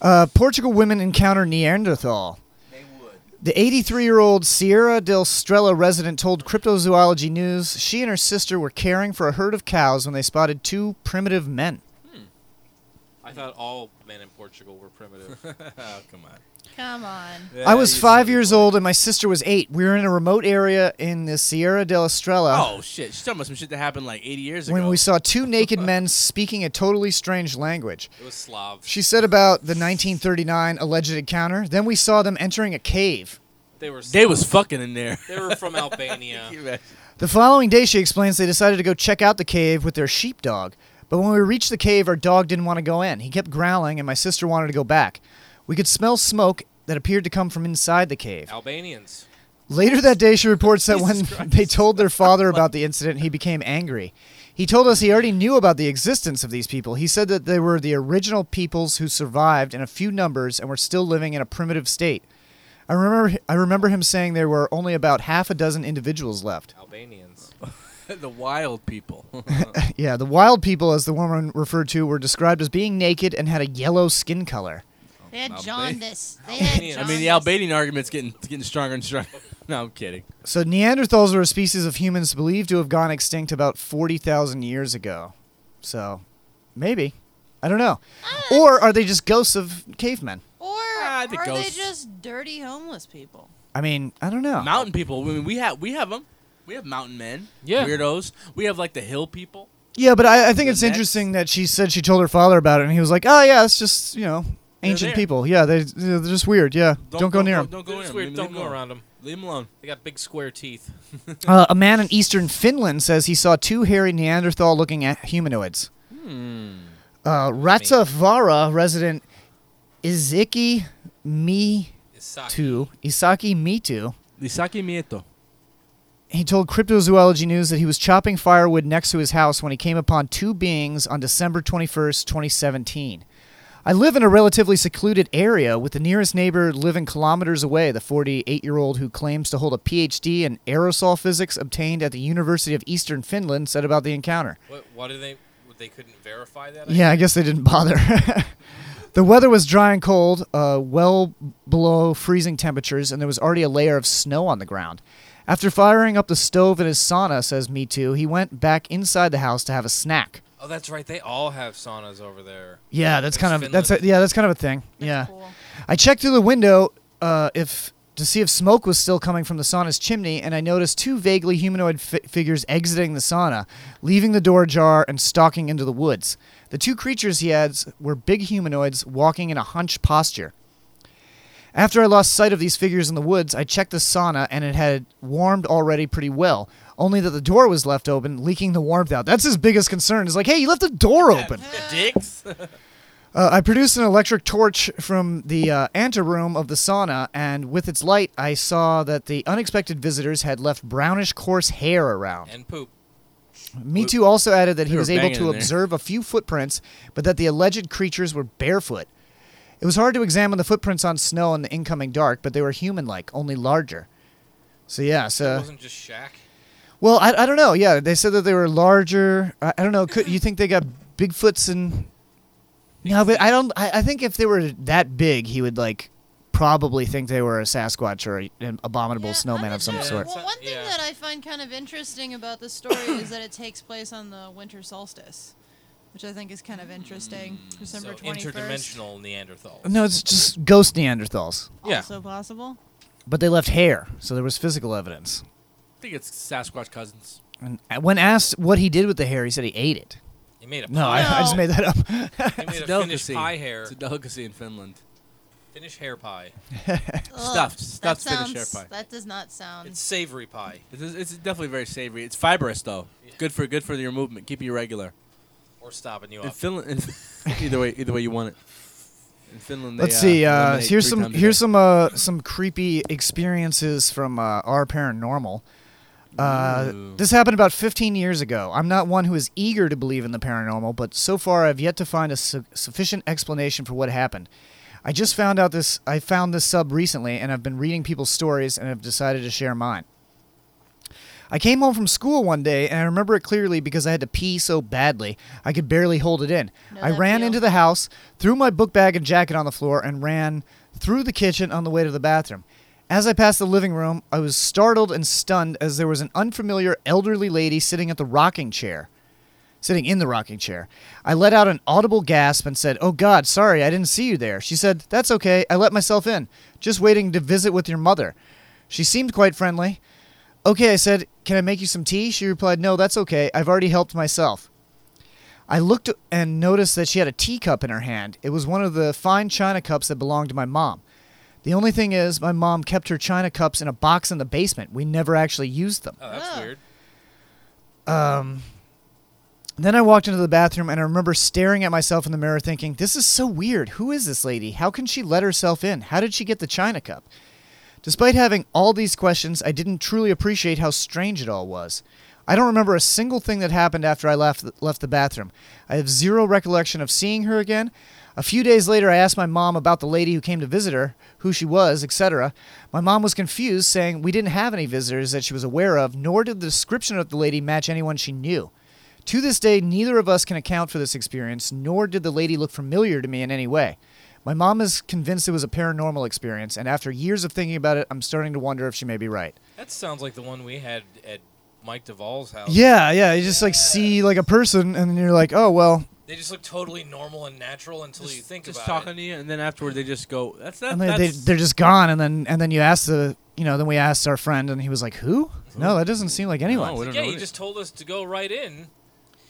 S7: Uh, Portugal women encounter Neanderthal. The 83 year old Sierra del Strella resident told Cryptozoology News she and her sister were caring for a herd of cows when they spotted two primitive men.
S12: I thought all men in Portugal were primitive. oh, come on.
S11: Come on.
S7: I was five years old and my sister was eight. We were in a remote area in the Sierra del Estrella
S10: oh shit! She's talking about some shit that happened like 80 years ago.
S7: when we saw two naked men speaking a totally strange language.
S12: It was Slav.
S7: She said about the 1939 alleged encounter. Then we saw them entering a cave.
S12: They were.
S10: They was fucking in there.
S12: They were from Albania.
S7: The following day, she explains they decided to go check out the cave with their sheepdog. But when we reached the cave, our dog didn't want to go in. He kept growling, and my sister wanted to go back. We could smell smoke that appeared to come from inside the cave.
S12: Albanians.
S7: Later that day, she reports that when they told their father about the incident, he became angry. He told us he already knew about the existence of these people. He said that they were the original peoples who survived in a few numbers and were still living in a primitive state. I remember, I remember him saying there were only about half a dozen individuals left.
S12: Albanians.
S10: the wild people.
S7: Yeah, the wild people, as the woman referred to, were described as being naked and had a yellow skin color.
S11: They had
S10: Alba-
S11: jaundice. They had
S10: I mean,
S11: jaundice.
S10: the Albanian argument's getting getting stronger and stronger. No, I'm kidding.
S7: So Neanderthals are a species of humans believed to have gone extinct about 40,000 years ago. So, maybe. I don't know. Or are they just ghosts of cavemen?
S11: Or
S10: think
S11: are
S10: ghosts.
S11: they just dirty homeless people?
S7: I mean, I don't know.
S10: Mountain people. I mean, we have we have them. We have mountain men. Yeah. Weirdos. We have like the hill people.
S7: Yeah, but I, I think
S10: The
S7: it's
S10: next-
S7: interesting that she said she told her father about it, and he was like, oh, yeah, it's just, you know, ancient
S10: there.
S7: people. Yeah, they, they're just weird. Yeah, don't, go near them.
S10: Don't go
S12: They're just
S10: near 'em.
S12: weird.
S10: Leave 'em
S12: Don't go
S10: alone.
S12: around them.
S10: Leave them alone.
S12: They got big square teeth.
S7: Uh, a man in eastern Finland says he saw two hairy Neanderthal looking at humanoids. Uh, Ratsavara resident Izaki Mitu, Isaki Mitu,
S10: Isaki Mieto.
S7: he told Cryptozoology News that he was chopping firewood next to his house when he came upon two beings on December 21st, 2017. I live in a relatively secluded area with the nearest neighbor living kilometers away, the 48 year old who claims to hold a PhD in aerosol physics obtained at the University of Eastern Finland said about the encounter.
S12: What? Why did they? They couldn't verify that.
S7: Yeah, I guess they didn't bother. the weather was dry and cold, uh, well below freezing temperatures, and there was already a layer of snow on the ground. After firing up the stove in his sauna, says Me Too, he went back inside the house to have a snack.
S12: Oh, that's right. They all have saunas over there.
S7: Yeah, that's
S12: It's
S7: kind of
S12: Finland.
S7: that's a, yeah, that's kind of a thing. yeah, I checked through the window uh, if to see if smoke was still coming from the sauna's chimney, and I noticed two vaguely humanoid fi- figures exiting the sauna, leaving the door ajar and stalking into the woods. The two creatures he adds were big humanoids walking in a hunched posture. After I lost sight of these figures in the woods, I checked the sauna and it had warmed already pretty well. Only that the door was left open, leaking the warmth out. That's his biggest concern. Is like, hey, you left the door open.
S10: Dicks.
S7: Uh, I produced an electric torch from the uh, anteroom of the sauna, and with its light, I saw that the unexpected visitors had left brownish, coarse hair around.
S12: And poop.
S7: Me Too also added that
S12: They
S7: he
S12: were
S7: was able
S12: banging
S7: to
S12: in there.
S7: observe a few footprints, but that the alleged creatures were barefoot. It was hard to examine the footprints on snow in the incoming dark, but they were human like, only larger. So, yeah,
S12: it
S7: so.
S12: wasn't just Shaq.
S7: Well, I, I don't know. Yeah, they said that they were larger. I, I don't know. Could, you think they got Bigfoots and? No, but I don't. I, I think if they were that big, he would like probably think they were a Sasquatch or a- an abominable snowman of some sort.
S11: Well, one thing that I find kind of interesting about this story is that it takes place on the winter solstice, which I think is kind of interesting.
S10: Mm,
S11: December
S12: So
S11: twenty first.
S12: interdimensional Neanderthal.
S7: No, it's just ghost Neanderthals,
S12: Yeah.
S11: Also possible.
S7: but they left hair, so there was physical evidence.
S10: I think it's Sasquatch cousins.
S7: And uh, when asked what he did with the hair, he said he ate it.
S12: He made a
S7: no, I, I just
S12: pie.
S7: made that up.
S12: He made a Finnish
S10: delicacy.
S12: pie hair.
S10: It's a delicacy in Finland.
S12: Finnish hair pie.
S10: Stuffed.
S11: Ugh,
S10: Stuffed
S11: that
S10: Finnish hair
S11: sounds-
S10: pie.
S11: That does not sound.
S12: It's savory pie.
S10: It's, it's definitely very savory. It's fibrous though. Good for good for your movement. Keep you regular.
S12: Or stopping you
S10: In
S12: up.
S10: Finland, in- either way, either way you want it. In Finland, they,
S7: Let's see.
S10: uh,
S7: Uh,
S10: eliminate
S7: here's
S10: three
S7: some
S10: times a
S7: here's
S10: day.
S7: some uh, some creepy experiences from uh, our paranormal. Uh, this happened about 15 years ago. I'm not one who is eager to believe in the paranormal, but so far I've yet to find a su- sufficient explanation for what happened. I just found out this. I found this sub recently, and I've been reading people's stories, and have decided to share mine. I came home from school one day, and I remember it clearly because I had to pee so badly I could barely hold it in. I ran into the house, threw my book bag and jacket on the floor, and ran through the kitchen on the way to the bathroom. As I passed the living room, I was startled and stunned as there was an unfamiliar elderly lady sitting at the rocking chair. Sitting in the rocking chair, I let out an audible gasp and said, Oh God, sorry, I didn't see you there. She said, That's okay, I let myself in. Just waiting to visit with your mother. She seemed quite friendly. Okay, I said, Can I make you some tea? She replied, No, that's okay. I've already helped myself. I looked and noticed that she had a teacup in her hand. It was one of the fine china cups that belonged to my mom. The only thing is, my mom kept her china cups in a box in the basement. We never actually used them.
S12: Oh, that's weird.
S7: Um, then I walked into the bathroom and I remember staring at myself in the mirror thinking, this is so weird. Who is this lady? How can she let herself in? How did she get the China cup? Despite having all these questions, I didn't truly appreciate how strange it all was. I don't remember a single thing that happened after I left, left the bathroom. I have zero recollection of seeing her again. A few days later, I asked my mom about the lady who came to visit her, who she was, etc. My mom was confused, saying we didn't have any visitors that she was aware of, nor did the description of the lady match anyone she knew. To this day, neither of us can account for this experience, nor did the lady look familiar to me in any way. My mom is convinced it was a paranormal experience, and after years of thinking about it, I'm starting to wonder if she may be right.
S12: That sounds like the one we had at Mike Duvall's house.
S7: Yeah, yeah, you just like see like a person, and then you're like, oh well,
S12: They just look totally normal and natural until you think
S10: Just
S12: about
S10: talking to you, and then afterward they just go. That's that.
S7: and they, they
S10: that's,
S7: they're just gone, and then and then you ask the you know then we asked our friend, and he was like, who? No, that doesn't seem like anyone.
S12: it. Yeah, you just told us to go right in.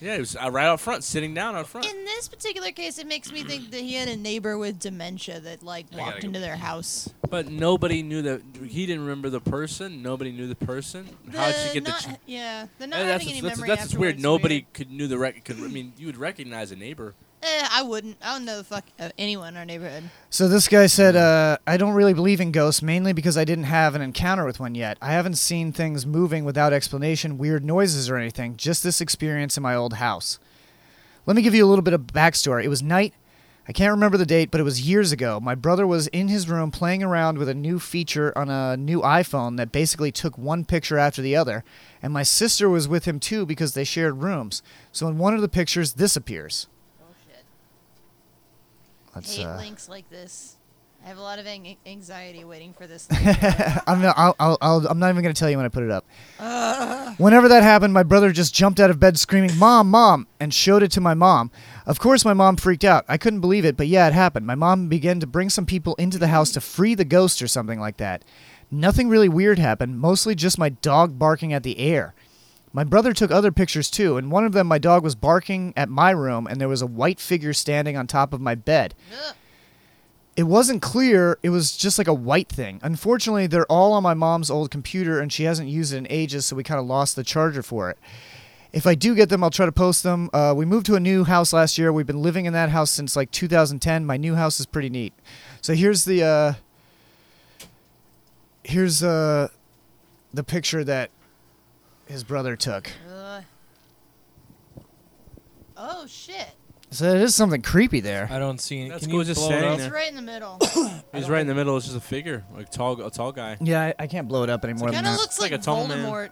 S10: yeah, it was uh, right out front, sitting down out front.
S11: In this particular case, it makes me think that he had a neighbor with dementia that like
S10: gotta
S11: walked
S10: go
S11: into their house.
S10: But nobody knew that he didn't remember the person. Nobody knew the person. How'd
S11: The
S10: she get
S11: not-
S10: the? Ch-
S11: yeah, the not
S10: Uh,
S11: having
S10: that's
S11: any
S10: what's- that's,
S11: memory
S10: that's what's weird.
S11: afterwards,
S10: Nobody
S11: weird.
S10: could knew the rec- could. I mean, you would recognize a neighbor.
S11: Eh, I wouldn't. I don't know the fuck uh, anyone in our neighborhood.
S7: So this guy said, uh, I don't really believe in ghosts, mainly because I didn't have an encounter with one yet. I haven't seen things moving without explanation, weird noises or anything, just this experience in my old house. Let me give you a little bit of backstory. It was night. I can't remember the date, but it was years ago. My brother was in his room playing around with a new feature on a new iPhone that basically took one picture after the other, and my sister was with him too because they shared rooms. So in one of the pictures, this appears. Oh shit!
S11: Hate
S7: Let's, uh,
S11: links like this. I have a lot of ang- anxiety waiting for this.
S7: I'm not, I'll, I'll, I'll, I'm not even going to tell you when I put it up.
S11: Ugh.
S7: Whenever that happened, my brother just jumped out of bed screaming, Mom, Mom, and showed it to my mom. Of course, my mom freaked out. I couldn't believe it, but yeah, it happened. My mom began to bring some people into the house to free the ghost or something like that. Nothing really weird happened, mostly just my dog barking at the air. My brother took other pictures too, and one of them, my dog was barking at my room, and there was a white figure standing on top of my bed. It wasn't clear. It was just like a white thing. Unfortunately, they're all on my mom's old computer and she hasn't used it in ages, so we kind of lost the charger for it. If I do get them, I'll try to post them. Uh, we moved to a new house last year. We've been living in that house since like 2010. My new house is pretty neat. So here's the uh, here's uh, the picture that his brother took.
S11: Ugh. oh shit!
S7: So it is something creepy there.
S12: I don't see any.
S10: That's
S12: can
S10: cool,
S12: you
S10: just
S12: blow it
S10: standing
S12: up?
S10: there.
S11: It's right in the middle.
S10: He's right in the middle. It's just a figure, like tall, a tall guy.
S7: Yeah, I, I can't blow it up anymore.
S11: Kind of looks like,
S10: a tall man.
S11: Voldemort.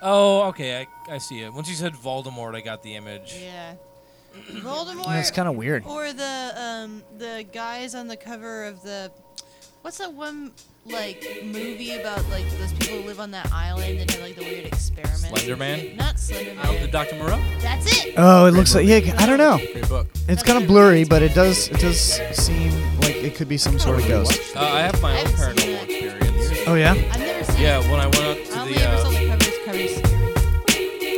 S12: Oh, okay. I, I see it. Once you said Voldemort, I got the image.
S11: Yeah. Voldemort.
S7: That's kinda weird.
S11: Or the um the guys on the cover of the what's that one like movie about like those people who live on that island and do like the weird experiments?
S12: Slenderman?
S11: Not Slenderman.
S12: Out of Dr. Moreau?
S11: That's it.
S7: Oh, it looks like yeah. I don't
S12: Oh.
S7: know.
S10: Great book.
S7: It's kind of blurry, but it does it does seem like it could be some sort of ghost.
S12: Uh, I have my own paranormal experience.
S7: Oh, yeah?
S11: I've never seen
S12: Yeah, when I went up to
S11: I only
S12: the.
S11: ever saw
S12: Uh,
S11: the covers. Covers.
S12: uh,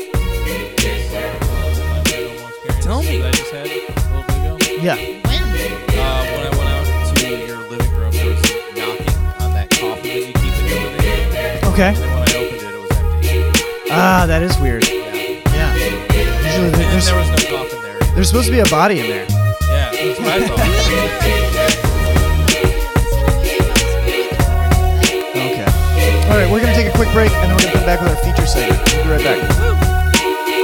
S10: Tell me.
S12: That I just had a little bit ago.
S7: Yeah.
S12: Uh, when I went out to your living room, there was knocking on that coffin that you keep in your living room.
S7: Okay.
S12: And then when I opened it, it was empty.
S7: Ah, that is weird. Yeah. Usually
S12: And
S7: there-
S12: then
S7: there's
S12: there was no coffin there.
S7: there's supposed to be a body in there.
S12: Yeah, that's what I thought.
S7: quick break, and then we're going to come back with our feature segment. We'll be right back.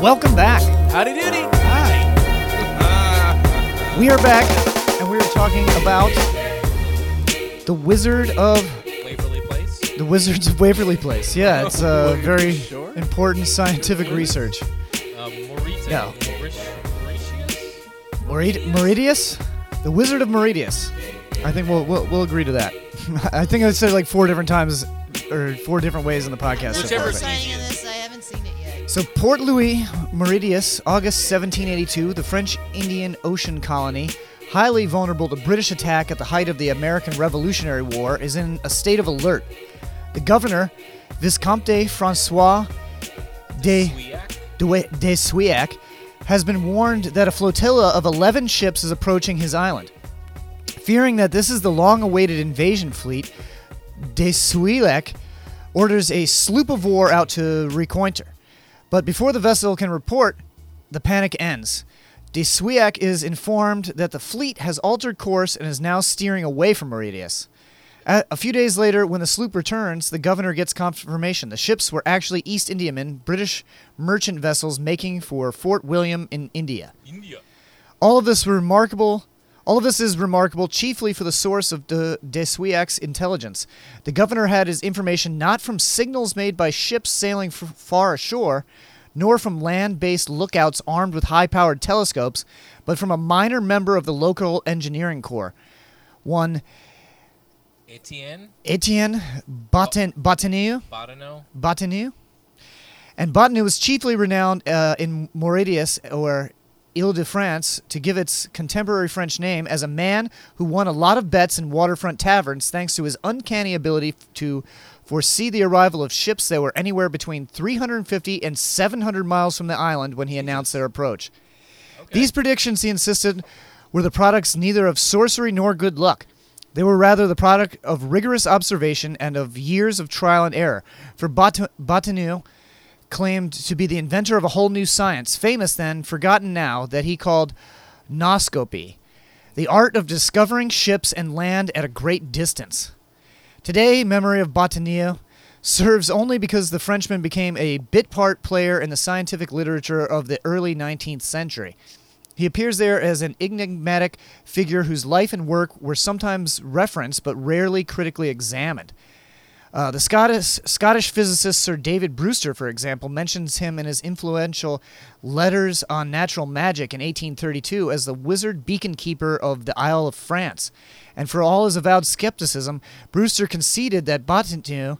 S7: Welcome back.
S10: Howdy doody.
S7: We are back, and we are talking about the Wizard of
S12: Waverly Place.
S7: The Wizards of Waverly Place. Yeah, it's uh,
S12: Waverly,
S7: very
S12: sure.
S7: important scientific research.
S12: Uh, Morita.
S7: No.
S12: Mauric- Mauritius?
S7: Merid- Meridius, the Wizard of Meridius. I think we'll we'll, we'll agree to that. I think I said it like four different times or four different ways in the podcast. so far, but-
S11: signing on this. I haven't seen it yet.
S7: So, Port Louis, Mauritius, August 1782, the French Indian Ocean colony, highly vulnerable to British attack at the height of the American Revolutionary War, is in a state of alert. The governor, Viscomte Francois de de, de Suyac, has been warned that a flotilla of 11 ships is approaching his island. Fearing that this is the long awaited invasion fleet, de Suilec orders a sloop of war out to reconnoiter. But before the vessel can report, the panic ends. De Suyac is informed that the fleet has altered course and is now steering away from Mauritius. A a few days later, when the sloop returns, the governor gets confirmation. The ships were actually East Indiamen, British merchant vessels making for Fort William in India.
S12: India.
S7: All of this remarkable. All of this is remarkable chiefly for the source of De, de Suillac's intelligence. The governor had his information not from signals made by ships sailing f- far ashore, nor from land based lookouts armed with high powered telescopes, but from a minor member of the local engineering corps, one
S12: Etienne?
S7: Etienne Botin- Botanieu.
S12: Botano?
S7: Botanieu. And Botanieu was chiefly renowned uh, in Mauritius or Ile de France, to give its contemporary French name, as a man who won a lot of bets in waterfront taverns thanks to his uncanny ability f- to foresee the arrival of ships that were anywhere between 350 and 700 miles from the island when he announced their approach. These predictions, he insisted, were the products neither of sorcery nor good luck. They were rather the product of rigorous observation and of years of trial and error. For Bot- Botanieu claimed to be the inventor of a whole new science, famous then, forgotten now, that he called noscopy, the art of discovering ships and land at a great distance. Today, memory of Botanieu serves only because the Frenchman became a bit part player in the scientific literature of the early 19th century. He appears there as an enigmatic figure whose life and work were sometimes referenced but rarely critically examined. Uh, the Scottish, Scottish physicist Sir David Brewster, for example, mentions him in his influential Letters on Natural Magic in 1832 as the wizard beacon keeper of the Isle of France. And for all his avowed skepticism, Brewster conceded that Botanieu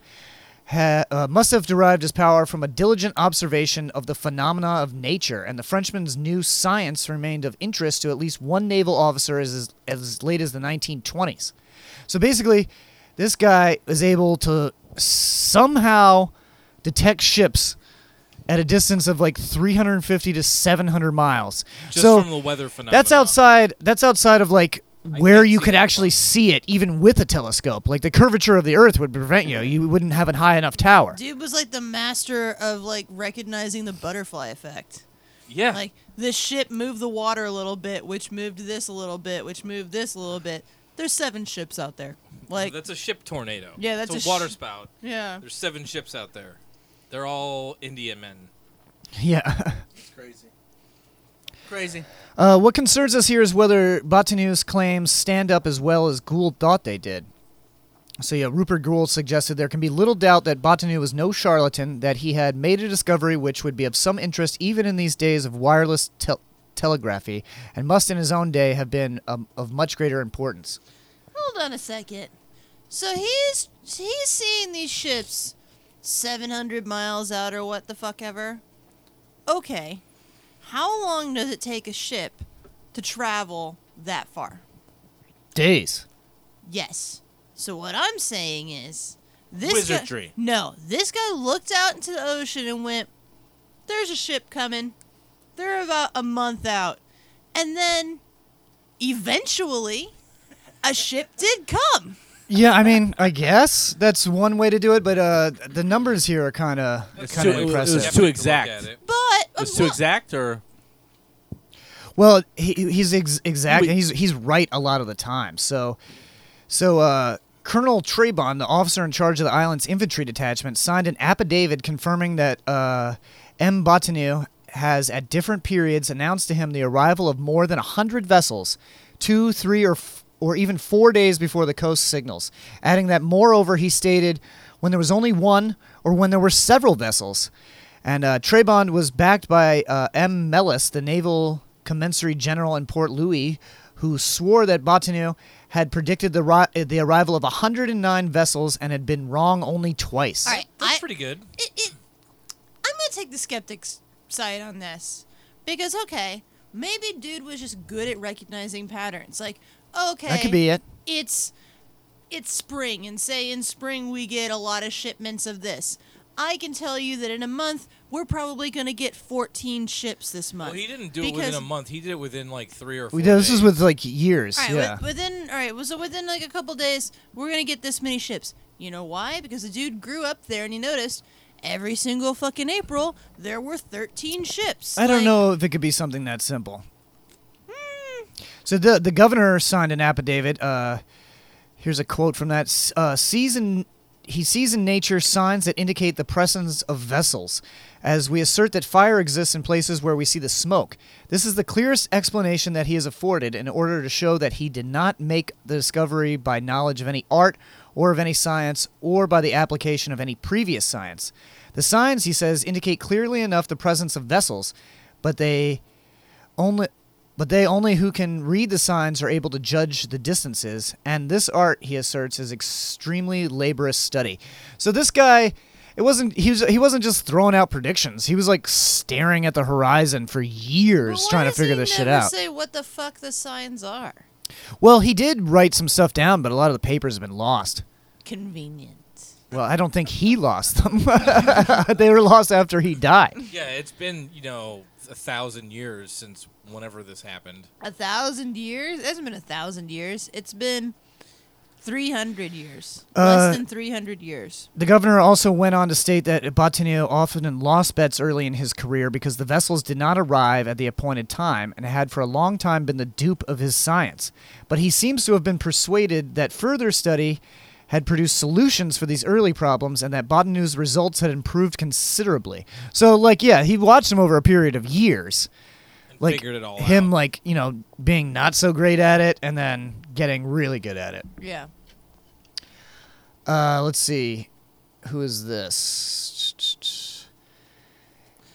S7: ha- uh, must have derived his power from a diligent observation of the phenomena of nature, and the Frenchman's new science remained of interest to at least one naval officer as, as late as the 1920s. So basically, this guy is able to somehow detect ships at a distance of like 350 to 700 miles.
S12: Just
S7: so
S12: from the weather
S7: That's
S12: phenomenon.
S7: outside. That's outside of like where you could actually see it, even with a telescope. Like the curvature of the Earth would prevent you. You wouldn't have a high enough tower.
S11: Dude was like the master of like recognizing the butterfly effect.
S10: Yeah.
S11: Like this ship moved the water a little bit, which moved this a little bit, which moved this a little bit. There's seven ships out there. Like
S12: that's a ship tornado.
S11: Yeah, that's
S12: it's
S11: a
S12: a, water
S11: sh-
S12: spout.
S11: Yeah.
S12: There's seven ships out there. They're all Indian men.
S7: Yeah.
S10: Crazy. Crazy.
S7: Uh, what concerns us here is whether Batanu's claims stand up as well as Gould thought they did. So, yeah, Rupert Gould suggested there can be little doubt that Botanu was no charlatan, that he had made a discovery which would be of some interest even in these days of wireless tel- telegraphy, and must in his own day have been um, of much greater importance.
S11: Hold on a second. So he's he's seeing these ships 700 miles out or what the fuck ever. Okay. How long does it take a ship to travel that far?
S7: Days.
S11: Yes. So what I'm saying is this
S10: Wizardry.
S11: Guy, no, this guy looked out into the ocean and went, "There's a ship coming. They're about a month out." And then eventually a ship did come.
S7: Yeah, I mean, I guess that's one way to do it, but uh, the numbers here are kind of kind of
S10: too- it was
S7: impressive.
S10: too exact.
S11: But uh,
S10: it's too exact, or
S7: Well, he, he's ex- exact.
S10: Wait.
S7: He's he's right a lot of the time. So, so uh, Colonel Trebon, the officer in charge of the island's infantry detachment, signed an affidavit confirming that uh, M. Botanu has at different periods announced to him the arrival of more than hundred vessels, two, three, or f- or even four days before the coast signals. Adding that, moreover, he stated when there was only one or when there were several vessels. And uh, Trebon was backed by uh, M. Mellis, the naval commissary general in Port Louis, who swore that Bottineau had predicted the, ri- uh, the arrival of 109 vessels and had been wrong only twice.
S11: All right,
S12: That's
S11: I-
S12: pretty good.
S11: It, it, I'm gonna take the skeptic's side on this because okay, maybe dude was just good at recognizing patterns. Like, okay,
S7: could be it.
S11: It's it's spring, and say in spring we get a lot of shipments of this. I can tell you that in a month we're probably gonna get 14 ships this month.
S12: Well, he didn't do it
S11: because-
S12: within a month. He did it within like three or four.
S7: We- this
S12: days.
S7: is with like years.
S11: All right,
S7: yeah.
S11: wi- within all right, well, so within like a couple days, we're gonna get this many ships. You know why? Because the dude grew up there and he noticed every single fucking April there were thirteen ships.
S7: I don't
S11: Like,
S7: know if it could be something that simple.
S11: Hmm.
S7: So the the governor signed an affidavit. Uh, here's a quote from that. S- Uh, season he sees in nature signs that indicate the presence of vessels, as we assert that fire exists in places where we see the smoke. This is the clearest explanation that he has afforded in order to show that he did not make the discovery by knowledge of any art or of any science or by the application of any previous science. The signs, he says, indicate clearly enough the presence of vessels, but they only but they only who can read the signs are able to judge the distances and this art he asserts is extremely laborious study so this guy it wasn't he was he wasn't just throwing out predictions he was like staring at the horizon for years
S11: Why
S7: trying to
S11: does
S7: figure
S11: he
S7: this shit
S11: never
S7: out
S11: Say what the fuck the signs are.
S7: well he did write some stuff down but a lot of the papers have been lost
S11: Convenient.
S7: well i don't think he lost them they were lost after he died
S12: Yeah, it's been you know a thousand years since whenever this happened.
S11: A thousand years? It hasn't been a thousand years. It's been three hundred years.
S7: Uh,
S11: Less than three hundred years.
S7: The governor also went on to state that Bottineau often lost bets early in his career because the vessels did not arrive at the appointed time and had for a long time been the dupe of his science. But he seems to have been persuaded that further study had produced solutions for these early problems and that Bottineau's results had improved considerably. So, like, yeah, he watched them over a period of years. Like
S12: figured it all
S7: him, like you know, being not so great at it and then getting really good at it.
S11: Yeah.
S7: Uh, let's see. Who is this?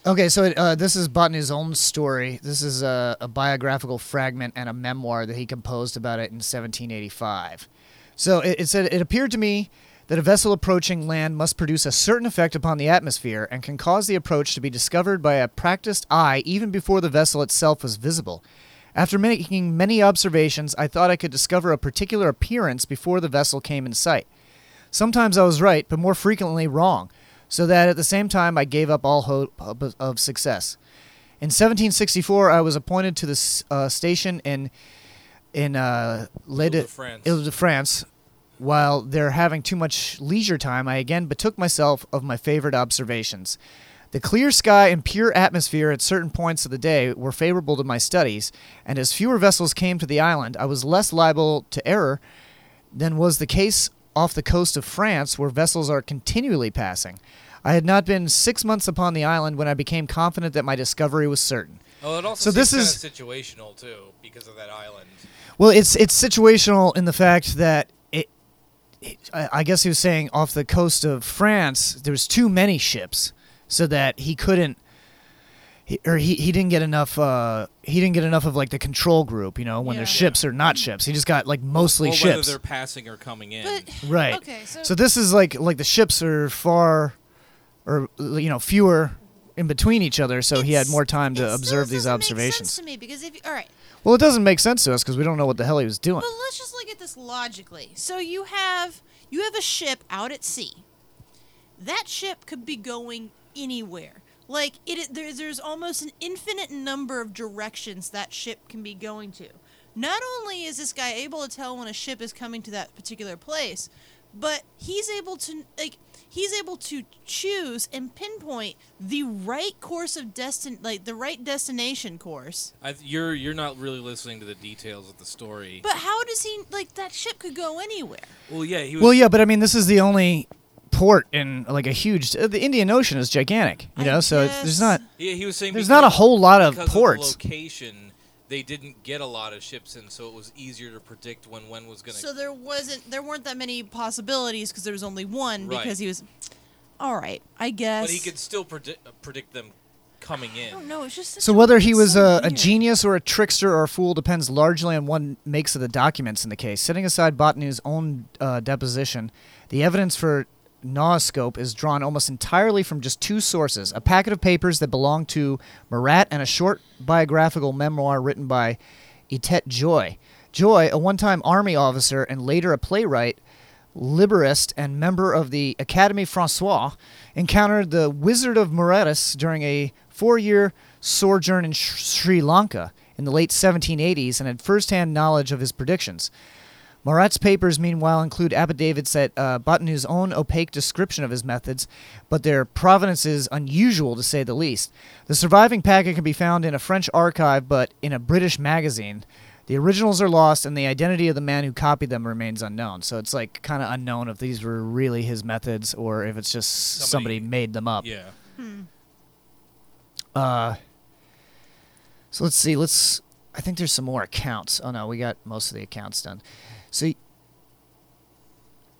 S7: Okay, so it, uh, this is Botany's own story. This is a, a biographical fragment and a memoir that he composed about it in 1785. So it, it said, It appeared to me that a vessel approaching land must produce a certain effect upon the atmosphere and can cause the approach to be discovered by a practiced eye even before the vessel itself was visible. After making many observations, I thought I could discover a particular appearance before the vessel came in sight. Sometimes I was right, but more frequently wrong, so that at the same time I gave up all hope of of success. In 1764, I was appointed to this uh, station in in uh,
S12: France.
S7: France. While they're having too much leisure time, I again betook myself of my favorite observations. The clear sky and pure atmosphere at certain points of the day were favorable to my studies, and as fewer vessels came to the island, I was less liable to error than was the case off the coast of France, where vessels are continually passing. I had not been six months upon the island when I became confident that my discovery was certain.
S13: Oh, it also
S7: so this
S13: seems
S7: is
S13: kinda situational too because of that island.
S7: well, it's it's situational in the fact that it. it- I I guess he was saying off the coast of France, there was too many ships, so that he couldn't, he, or he, he didn't get enough. Uh, he didn't get enough of like the control group, you know, when there's ships or not ships. He just got like mostly
S12: Or whether
S7: ships,
S12: they're passing or coming in.
S7: right? so, this is like like the ships are far, or you know, fewer in between each other. So he had more time to observe these observations.
S11: to me because if all right,
S7: Well, it doesn't make sense to us because we don't know what the hell he was doing.
S11: but let's just look at this logically. So you have you have a ship out at sea. That ship could be going anywhere. Like it, i- there, there's almost an infinite number of directions that ship can be going to. Not only is this guy able to tell when a ship is coming to that particular place, but he's able to like he's able to choose and pinpoint the right course of destin like the right destination course.
S12: I, th- you're you're not really listening to the details of the story.
S11: But how does he like that ship could go anywhere?
S12: well, yeah, he was.
S7: Well, yeah, but I mean, this is the only port in like a huge. Uh, the Indian Ocean is gigantic, you know. So it's, there's not.
S12: Yeah, he was saying
S7: there's
S12: because-
S7: not a whole lot of
S12: because
S7: ports.
S12: Of the location, they didn't get a lot of ships in, so it was easier to predict when when was gonna.
S11: So there wasn't there weren't that many possibilities because there was only one
S12: Right.
S11: because he was all right, I guess.
S12: But he could still predi- uh, predict them coming in. I
S11: don't know. It's just
S7: so whether he was a, a genius or a trickster or a fool depends largely on what makes of the documents in the case. Setting aside Botany's own uh, deposition, the evidence for Nauscope is drawn almost entirely from just two sources: a packet of papers that belonged to Marat and a short biographical memoir written by Itet Joy. Joy, a one-time army officer and later a playwright, liberist and member of the Académie Française, encountered the Wizard of Moretus during a four-year sojourn in Sh- Sri Lanka in the late 1780s and had first-hand knowledge of his predictions. Marat's papers, meanwhile, include affidavits that uh, Bottinu's own opaque description of his methods, but their provenance is unusual to say the least. The surviving packet can be found in a French archive, but in a British magazine. The originals are lost, and the identity of the man who copied them remains unknown. So it's like kind of unknown if these were really his methods or if it's just somebody, made them up.
S12: Yeah.
S7: Uh, so let's see. Let's. I think there's some more accounts. Oh no, we got most of the accounts done. So. y-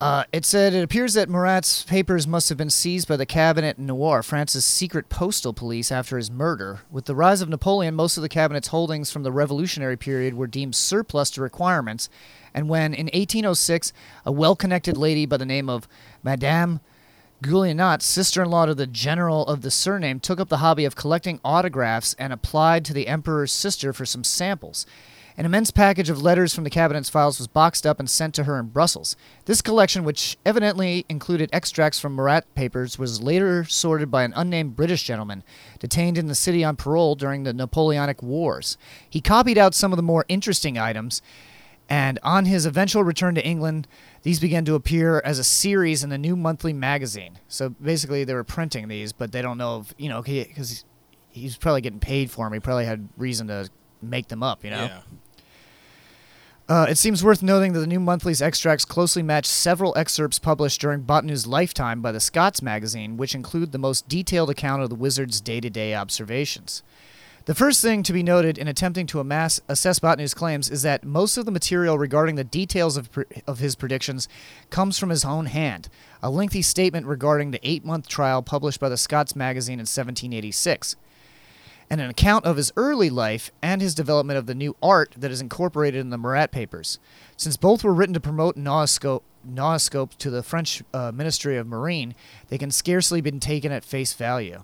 S7: Uh, it said it appears that Marat's papers must have been seized by the cabinet in Noir, France's secret postal police, after his murder. With the rise of Napoleon, most of the cabinet's holdings from the revolutionary period were deemed surplus to requirements. And when, in 1806, a well connected lady by the name of Madame Goulinot, sister-in-law to the general of the surname, took up the hobby of collecting autographs and applied to the emperor's sister for some samples. An immense package of letters from the cabinet's files was boxed up and sent to her in Brussels. This collection, which evidently included extracts from Marat papers, was later sorted by an unnamed British gentleman detained in the city on parole during the Napoleonic Wars. He copied out some of the more interesting items and on his eventual return to England, these began to appear as a series in the new monthly magazine. So basically, they were printing these, but they don't know if, you know, because he's probably getting paid for them. He probably had reason to make them up, you know?
S12: Yeah.
S7: Uh, it seems worth noting that the new monthly's extracts closely match several excerpts published during Botany's lifetime by the Scots magazine, which include the most detailed account of the wizard's day to day observations. The first thing to be noted in attempting to amass, assess Botany's claims is that most of the material regarding the details of, pre- of his predictions comes from his own hand, a lengthy statement regarding the eight month trial published by the Scots magazine in 1786 and an account of his early life and his development of the new art that is incorporated in the Marat papers. Since both were written to promote Nauscope, Nauscope to the French uh, Ministry of Marine, they can scarcely be taken at face value.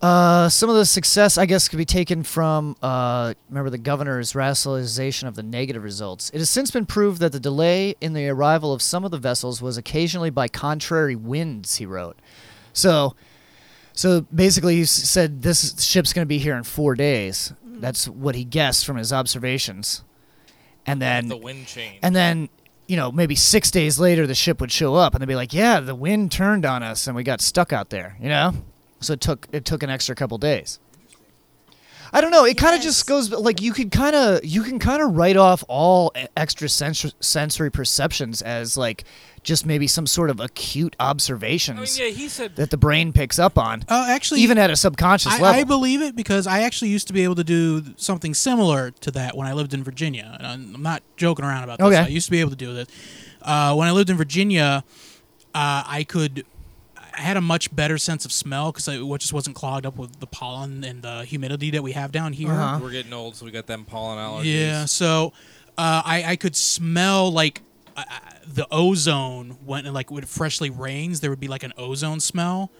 S7: Uh, some of the success, I guess, could be taken from uh, remember the governor's rationalization of the negative results. It has since been proved that the delay in the arrival of some of the vessels was occasionally by contrary winds. He wrote, so, so basically, he s- said this ship's going to be here in four days. That's what he guessed from his observations, and then
S12: The wind change.
S7: and then, you know, maybe six days later, the ship would show up, and they'd be like, "Yeah, the wind turned on us, and we got stuck out there." You know, so it took it took an extra couple days. I don't know. It kind of just goes like you could kind of you can kind of write off all e- extra sens- sensory perceptions as like just maybe some sort of acute observations
S14: I mean, yeah, he said-
S7: that the brain picks up on.
S8: Oh, actually,
S7: even at a subconscious
S8: I,
S7: level.
S8: I believe it because I actually used to be able to do something similar to that when I lived in Virginia. And I'm I'm not joking around about this.
S7: Okay.
S8: I used to be able to do this. Uh, when I lived in Virginia, uh, I could. I had a much better sense of smell because I what just wasn't clogged up with the pollen and the humidity that we have down here.
S7: Uh-huh.
S12: We're getting old, so we got them pollen allergies.
S8: Yeah, so uh, I I could smell like uh, the ozone when like when it freshly rains. There would be like an ozone smell.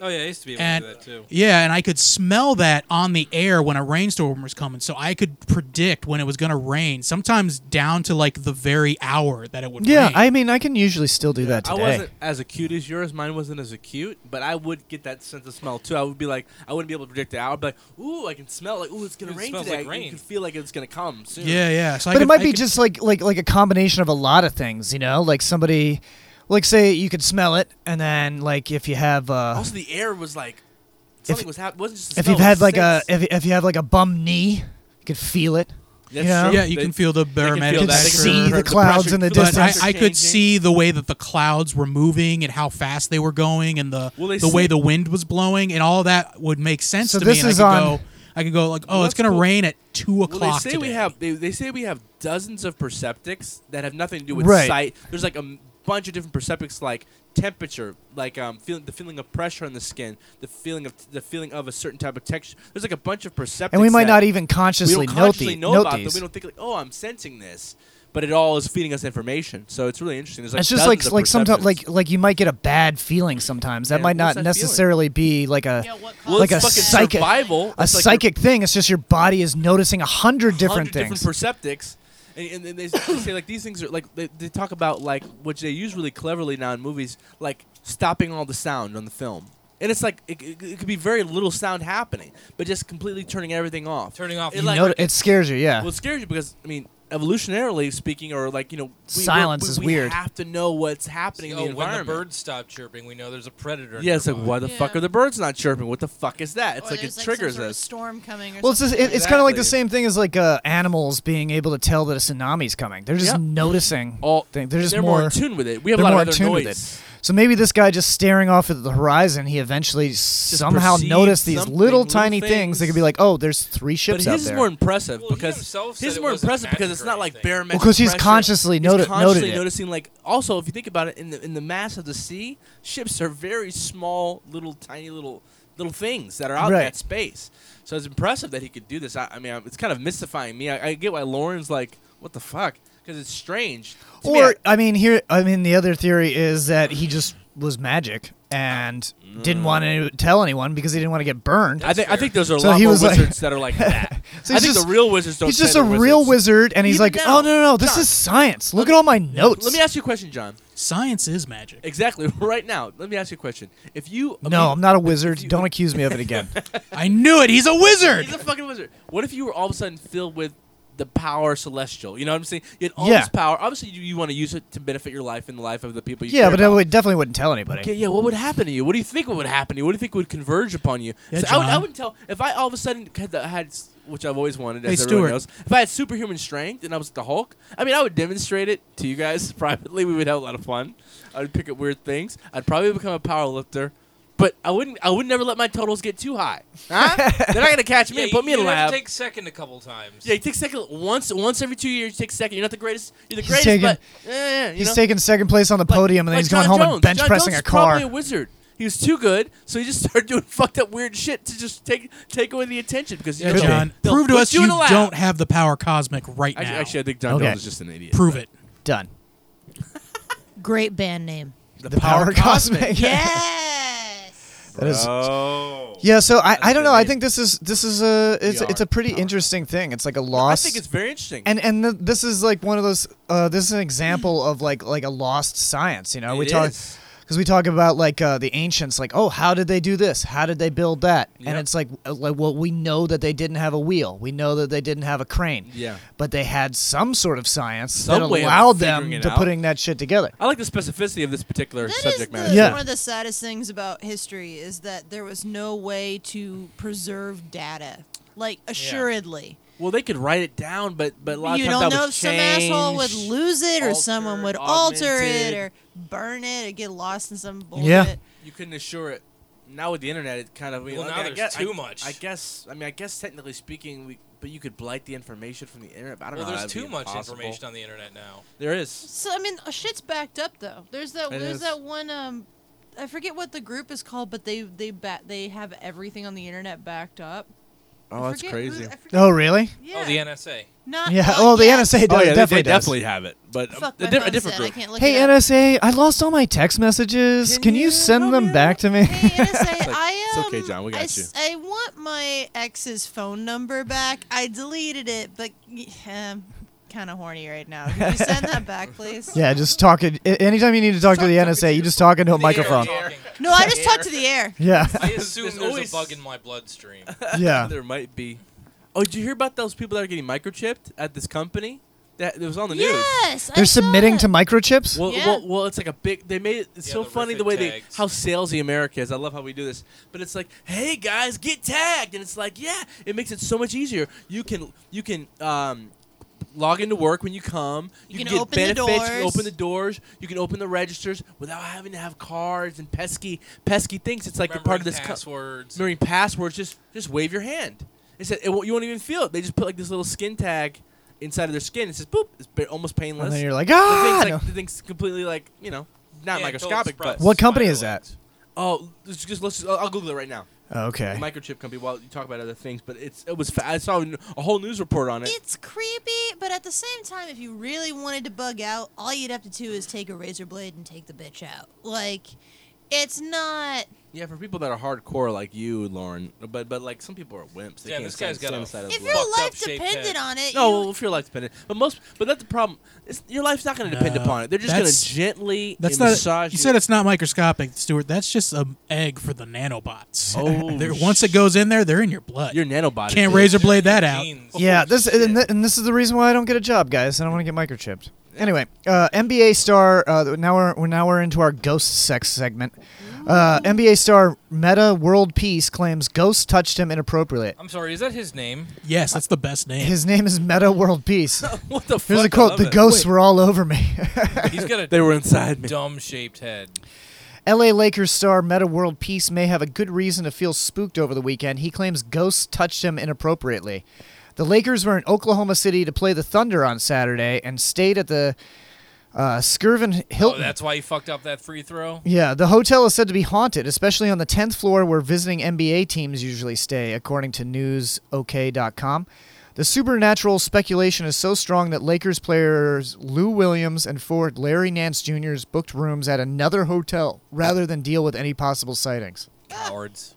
S12: Oh, yeah, I used to be able to
S8: and,
S12: do that, too.
S8: Yeah, and I could smell that on the air when a rainstorm was coming, so I could predict when it was going to rain. Sometimes down to like the very hour that it would.
S7: yeah,
S8: rain.
S7: I mean, I can usually still do that
S10: I
S7: today.
S10: wasn't as acute as yours. Mine wasn't as acute, but I would get that sense of smell too. I would be like, I wouldn't be able to predict the hour, but like, ooh, I can smell like, ooh, it's gonna
S12: It
S10: rain
S12: smells
S10: today.
S12: like
S10: You
S12: rain.
S10: can feel like it's gonna come soon.
S8: Yeah, yeah. So I
S7: but it
S8: could-
S7: might
S8: I
S7: be
S8: could-
S7: just like like like a combination of a lot of things, you know, like somebody, like say you could smell it, and then like if you have uh,
S10: Also, the air was like something was happening. Wasn't just the
S7: if
S10: smell,
S7: you've
S10: it
S7: had
S10: was
S7: like
S10: the
S7: a
S10: sense.
S7: if, if you have like a bum knee, you could feel it.
S10: That's
S7: you know?
S8: Yeah, you can feel the barometric.
S7: You can see the clouds in the
S8: But I-
S7: distance.
S8: I, could see the way that the clouds were moving and how fast they were going, and the
S10: Well,
S8: the
S10: they
S8: way
S10: see-
S8: the wind was blowing, and all that would make sense
S7: So
S8: to
S7: this
S8: me. And
S7: is
S8: I could
S7: on-
S8: go, I could go like, oh,
S10: Well,
S8: it's
S10: that's
S8: gonna
S10: cool.
S8: rain at two
S10: Well,
S8: o'clock.
S10: they say
S8: today.
S10: we have. They, they say we have dozens of perceptics that have nothing to do with
S7: Right.
S10: sight. There's like a m- bunch of different perceptics, like temperature, like um, feeling the feeling of pressure on the skin, the feeling of the feeling of a certain type of texture. There's like a bunch of perceptics,
S7: And we might
S10: that
S7: not even
S10: we don't
S7: consciously note
S10: consciously
S7: the-
S10: know
S7: note
S10: about
S7: these.
S10: Them. We don't think like, oh, I'm sensing this, but it all is feeding us information. So it's really interesting. There's like
S7: it's just like
S10: dozens of
S7: like sometimes
S10: perceptions.
S7: like like you might get a bad feeling sometimes. That
S10: Yeah,
S7: might
S10: what's
S7: not
S10: that feeling?
S7: necessarily be like a
S10: Well,
S7: like
S10: it's
S7: a
S10: fucking
S7: psychic
S10: survival.
S7: a
S10: It's like your-
S7: psychic thing. It's just your body is noticing a hundred different
S10: 100
S7: things.
S10: different perceptics. And, and, and they, s- they say like these things are like they, they talk about like which they use really cleverly now in movies like stopping all the sound on the film and it's like it, it, it could be very little sound happening but just completely turning everything off turning off
S7: You know, it scares you, yeah.
S10: well it scares you because I mean evolutionarily speaking or like you know we- we,
S7: Silence
S10: we-
S7: is
S10: we
S7: weird.
S10: have to know what's happening in
S13: oh,
S10: the
S13: when the
S10: environment
S13: birds stop chirping, we know there's a predator.
S10: yeah it's like why the fuck are the birds not chirping what the fuck is that it's
S11: Or
S10: like it
S11: there's, like, some
S10: triggers
S11: sort of
S10: us
S11: storm coming. Or
S7: Well, it's, just,
S11: something.
S7: it, it's kind of like the same thing as like uh, animals being able to tell that a tsunami's coming. They're just
S10: Yep.
S7: noticing.
S10: All-
S7: things. They're just
S10: they're more in tune with it. We have a
S7: they're
S10: lot of
S7: more in
S10: other
S7: tune with
S10: noise.
S7: it. So maybe this guy just staring off at the horizon, he eventually somehow
S10: perceived
S7: noticed these
S10: something,
S7: little
S10: little
S7: tiny things. that could be like, oh, there's three ships
S10: but
S7: out
S10: his
S7: there.
S10: is more impressive because his is more impressive because it's not like bare
S7: Well, 'cause he's consciously noti-
S10: consciously
S7: noted it.
S10: noticing like also if you think about it in the in the mass of the sea ships are very small little tiny little little things that are out in
S7: Right.
S10: that space so it's impressive that he could do this I, I mean I- it's kind of mystifying me I, I get why Lauren's like what the fuck because it's strange To me,
S7: or I mean, here, I mean, the other theory is that he just was magic and didn't want to tell anyone because he didn't want to get burned.
S10: Mm. I, I think I think those are a
S7: So
S10: lot
S7: he
S10: more
S7: was like-
S10: wizards that are like that
S7: So
S10: I
S7: he's
S10: think
S7: just-
S10: the real wizards don't
S7: He's just
S10: say
S7: a
S10: they're
S7: real
S10: wizards.
S7: wizard, and he's
S10: Even
S7: like,
S10: now.
S7: oh no no no, this
S10: John.
S7: is science. Look at all my notes.
S10: Let me ask you a question, John.
S8: Science is magic.
S10: Exactly. Right now, let me ask you a question. If you
S7: No, I'm not a wizard. Don't accuse me of it again.
S8: I knew it. He's a wizard.
S10: He's a fucking wizard. What if you were all of a sudden filled with the power celestial? You know what I'm saying? You had all
S7: Yeah.
S10: this power. Obviously, you, you want to use it to benefit your life and the life of the people. you
S7: yeah,
S10: care
S7: but I
S10: about.
S7: would, definitely wouldn't tell anybody.
S10: Okay, yeah. What would happen to you? What do you think would happen to you? What do you think would converge upon you?
S7: Yeah,
S10: so I, would, I
S7: John.
S10: would tell if I all of a sudden had, the, had s- which I've always wanted,
S8: Hey,
S10: as everyone
S8: Stuart.
S10: knows, if I had superhuman strength and I was the Hulk, I mean, I would demonstrate it to you guys privately. We would have a lot of fun. I would pick up weird things. I'd probably become a power lifter. But I wouldn't. I would never let my totals get too high. Huh? They're not gonna catch me.
S13: Yeah,
S10: and put me in a
S13: you have
S10: lab.
S13: to take second a couple times.
S10: Yeah, you take second once once every two years. You take second. You're not the greatest. You're the
S7: He's
S10: greatest,
S7: taking-
S10: but eh, eh, you
S7: he's
S10: know?
S7: taking second place on the podium, and then
S10: Like
S7: he's going
S10: John
S7: home
S10: Jones.
S7: and bench
S10: John
S7: pressing
S10: Jones
S7: a car.
S10: Probably a wizard. He was too good, so he just started doing fucked up weird shit to just take take away the attention because you
S8: Yeah,
S10: know,
S8: John,
S10: they'll
S8: prove to
S10: put
S8: us
S10: in
S8: you
S10: a lab.
S8: don't have the power cosmic right
S10: Actually-
S8: now.
S10: actually, I think John Okay. Jones is just an idiot,
S8: Prove
S10: but-
S8: it.
S7: Done.
S11: Great band name.
S7: The, Power, Cosmic.
S11: yes.
S7: That is-
S11: Oh.
S7: Yeah, so I, I don't know. I think this is this is a it's
S10: VR
S7: it's a pretty interesting thing. It's like a lost.
S10: think it's very interesting.
S7: And and th- this is like one of those. Uh, this is an example of like like a lost science. You know, we
S10: It
S7: talk
S10: is.
S7: because we talk about like uh, the ancients. Like, oh, how did they do this? How did they build that? And
S10: Yep.
S7: it's like uh, like well, we know that they didn't have a wheel. We know that they didn't have a crane.
S10: Yeah.
S7: But they had some sort of science
S10: Some
S7: that
S10: way of
S7: allowed
S10: figuring
S7: them
S10: it
S7: to
S10: out.
S7: putting that shit together.
S10: I like the specificity of this particular subject
S11: That
S10: matter.
S11: is one of the saddest things about history is that there was no way to preserve data. like assuredly.
S10: Well, they could write it down, but but a lot of
S11: You
S10: times
S11: don't
S10: that
S11: know if
S10: was
S11: some asshole would
S10: changed.
S11: lose it, or someone would
S10: altered,
S11: alter it,
S10: augmented.
S11: or burn it, or get lost in some bullshit.
S7: Yeah.
S10: You couldn't assure it. Now with the internet, it kind of you
S13: Well,
S10: know,
S13: now
S10: I
S13: there's
S10: guess-
S13: too
S10: I-
S13: much.
S10: I guess. I mean, I guess technically speaking, we but you could blight the information from the internet. But I don't
S13: Well,
S10: know.
S13: there's
S10: that'd be
S13: too much
S10: impossible.
S13: information on the internet now.
S12: Oh,
S10: There is.
S11: So I mean, uh, shit's backed up though. There's that.
S10: It
S11: there's
S10: is.
S11: that one. Um, I forget what the group is called, but they they ba- they have everything on the internet backed up.
S10: Oh,
S11: I
S10: that's
S11: forget who-
S10: crazy.
S11: I forget-
S7: Oh, really?
S13: Oh, the NSA.
S11: Not.
S7: Yeah,
S11: not
S7: oh, the
S11: yet.
S7: NSA
S10: Oh,
S7: does,
S10: yeah, they-
S7: definitely
S10: they
S7: does.
S10: definitely have it, but um,
S11: Fuck,
S10: a,
S11: my
S10: di- a
S11: phone's
S10: different
S11: dead. I
S10: group.
S11: can't look
S7: Hey
S11: it up.
S7: NSA, I lost all my text messages. Can, you, send them back to me?
S11: NSA,
S10: It's like,
S11: I
S10: "It's
S11: um,
S10: okay, John, we
S11: I
S10: got
S11: s- I want my ex's phone number back. I deleted it, but yeah, I'm kind of horny right now. Can you send that back, please?
S7: yeah, just talking. a- Anytime you need to talk to the NSA, you just talk into a microphone.
S11: No, I just talked to the air.
S7: Yeah.
S13: I assume
S10: There's
S13: there's,
S10: always-
S13: a bug in my bloodstream.
S7: Yeah.
S10: there might be. Oh, did you hear about those people that are getting microchipped at this company? That it was on the news.
S11: Yes,
S7: They're submitting to microchips.
S10: Well,
S11: Yeah.
S10: well, well, it's like a big. They made it it's so funny the way
S13: tags.
S10: they how salesy America is. I love how we do this, but it's like, hey guys, get tagged, and it's like, yeah, it makes it so much easier. You can you can um, log into work when you come.
S11: You can
S10: get
S11: open the
S10: benefits. You can
S11: doors.
S10: open the doors. You can open the registers without having to have cards and pesky pesky things. It's like part of
S13: Remembering
S10: this co-
S13: passwords.
S10: remembering passwords. Just just wave your hand. It's it won't, you won't even feel it. They just put like this little skin tag. Inside of their skin, it says boop. It's ba- almost painless.
S7: And then you're like,
S10: The thing's,
S7: "Ah!"
S10: like-
S7: No.
S10: the thing's completely like you know not
S13: Yeah,
S10: microscopic,
S13: total
S10: but
S13: spread.
S7: What company is that?
S10: oh, let's just let's I'll, I'll Google it right now.
S7: Okay.
S10: The microchip company. While you talk about other things, but it's it was fa- I saw n- a whole news report on it.
S11: It's creepy, but at the same time, if you really wanted to bug out, all you'd have to do is take a razor blade and take the bitch out. Like, it's not.
S10: yeah, for people that are hardcore like you, Lauren, but but like some people are wimps. They
S13: Yeah,
S10: can't
S13: this guy's
S10: stand
S13: got a
S10: stand inside
S11: If
S10: of
S11: your
S10: blood.
S13: fucked up
S11: life
S13: shaped head.
S11: depended on it,
S10: no,
S11: you,
S10: well, if your life's dependent, but most, but that's the problem. It's, your life's not going to depend
S8: No,
S10: upon it. They're just going
S8: that's-
S10: to gently
S8: That's not.
S10: massage
S8: you
S10: you.
S8: said it's not microscopic, Stuart. That's just an egg for the nanobots.
S10: Oh,
S8: They're- once it goes in there, they're in your blood.
S10: your nanobody.
S8: Can't
S10: dude.
S8: razor blade that out.
S7: Yeah, this and, th- and this is the reason why I don't get a job, guys. I don't want to get microchipped. Anyway, uh, NBA star. Uh, now we're, we're now we're into our ghost sex segment. Uh, NBA star Meta World Peace claims ghost touched him inappropriately.
S13: I'm sorry, is that his name?
S8: Yes, that's the best name.
S7: His name is Meta World Peace.
S10: What the fuck?
S7: Here's a
S10: I
S7: quote:
S10: love
S7: "The
S10: it.
S7: ghosts
S10: Wait,
S7: were all over me."
S13: He's got a
S10: They were inside me.
S13: dumb shaped head.
S7: LA Lakers star Meta World Peace may have a good reason to feel spooked over the weekend. He claims ghosts touched him inappropriately. The Lakers were in Oklahoma City to play the Thunder on Saturday and stayed at the uh, Skirvin
S13: Oh,
S7: Hilton.
S13: that's why he fucked up that free throw.
S7: yeah, the hotel is said to be haunted, especially on the 10th floor where visiting NBA teams usually stay, according to newsok.com. The supernatural speculation is so strong that Lakers players Lou Williams and forward Larry Nance Jr. 's booked rooms at another hotel rather than deal with any possible sightings.
S13: Cowards.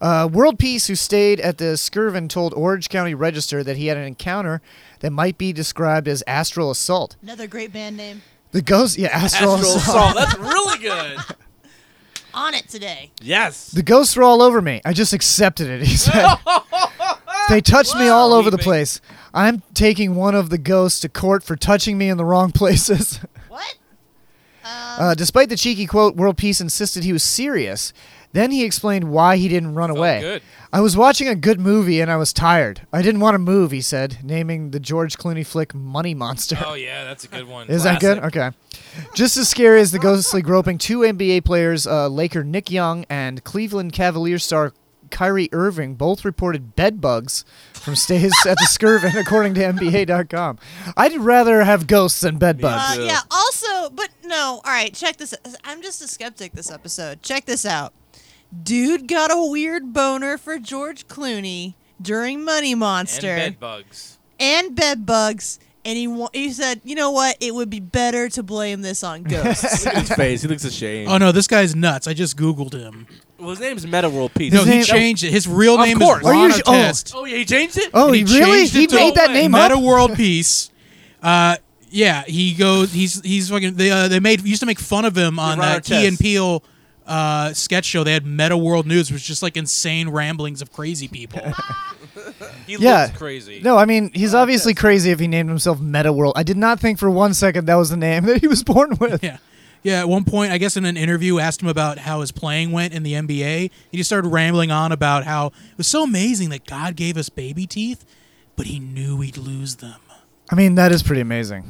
S7: Uh, World Peace, who stayed at the Skirvin, told Orange County Register that he had an encounter that might be described as astral assault.
S11: another great band name
S7: The ghost, yeah, astral,
S10: Astral
S7: assault.
S12: Oh,
S10: assault. That's really good.
S11: on it today.
S10: Yes.
S7: The ghosts were all over me. I just accepted it. He said. they touched me all over the place. I'm taking one of the ghosts to court for touching me in the wrong places.
S11: What?
S7: Uh, despite the cheeky quote, World Peace insisted he was serious. Then he explained why he didn't run away.
S13: good.
S7: I was watching a good movie and I was tired. I didn't want to move, he said, naming the George Clooney flick Money Monster.
S13: Oh yeah, that's a good one.
S7: Is that good? Okay. Just as scary as the ghostly groping two NBA players, uh, Laker Nick Young and Cleveland Cavaliers star Kyrie Irving, both reported bed bugs from stays at the Skirvin, according to NBA.com. I'd rather have ghosts than bed bugs.
S11: Uh, yeah. Also, but no. All right, check this. I'm just a skeptic this episode. Check this out. Dude got a weird boner for George Clooney during Money
S13: And
S11: Monster
S13: bed bugs.
S11: and bed bugs, and he wa- he said, you know what? It would be better to blame this on ghosts.
S10: Look at his face. He looks ashamed.
S8: Oh no, this guy's nuts. I just googled him.
S10: Well, his name is Meta World Peace.
S8: No, he
S7: name-
S8: changed it. His real
S10: Of
S8: name
S10: course.
S8: is
S10: Are
S7: you
S8: Ron
S7: sh- oh.
S8: Artest.
S10: Oh, yeah, he changed it.
S7: Oh,
S8: And
S7: he really?
S8: changed it
S7: He
S8: to
S7: made that name
S8: Meta
S7: up?
S8: World Peace. Uh, yeah, he goes. He's he's fucking. They uh, they made used to make fun of him on
S10: Ron
S8: that Key and
S10: Artest.
S8: Peele uh, sketch show. They had Meta World News, which was just like insane ramblings of crazy people.
S13: He
S7: Yeah.
S13: looks crazy.
S7: No, I mean he's obviously crazy if he named himself Meta World. I did not think for one second that was the name that he was born with.
S8: yeah, Yeah, at one point, I guess in an interview, asked him about how his playing went in the NBA. He just started rambling on about how it was so amazing that God gave us baby teeth, but he knew we'd lose them.
S7: I mean, that is pretty amazing.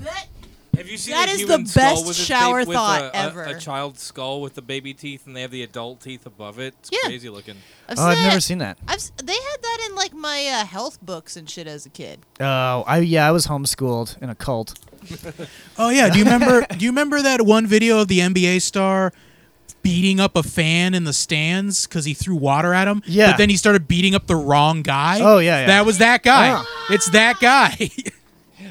S12: Have you seen
S11: That
S12: a
S11: is the
S12: human skull
S11: best
S12: with a
S11: shower
S12: babe- with
S11: thought
S12: a, a-
S11: ever.
S12: A, child's skull with the baby teeth, and they have the adult teeth above it. It's
S11: Yeah.
S12: crazy looking.
S11: I've
S7: Oh, I've
S11: seen
S7: never
S11: it.
S7: seen that.
S11: I've s- they had that in like my uh, health books and shit as a kid.
S7: Oh, I yeah, I was homeschooled in a cult.
S8: Oh yeah, do you remember? do you remember that one video of the NBA star beating up a fan in the stands because he threw water at him?
S7: Yeah.
S8: But then he started beating up the wrong guy.
S7: Oh, yeah, yeah.
S8: That was that guy.
S7: Ah.
S8: It's that guy.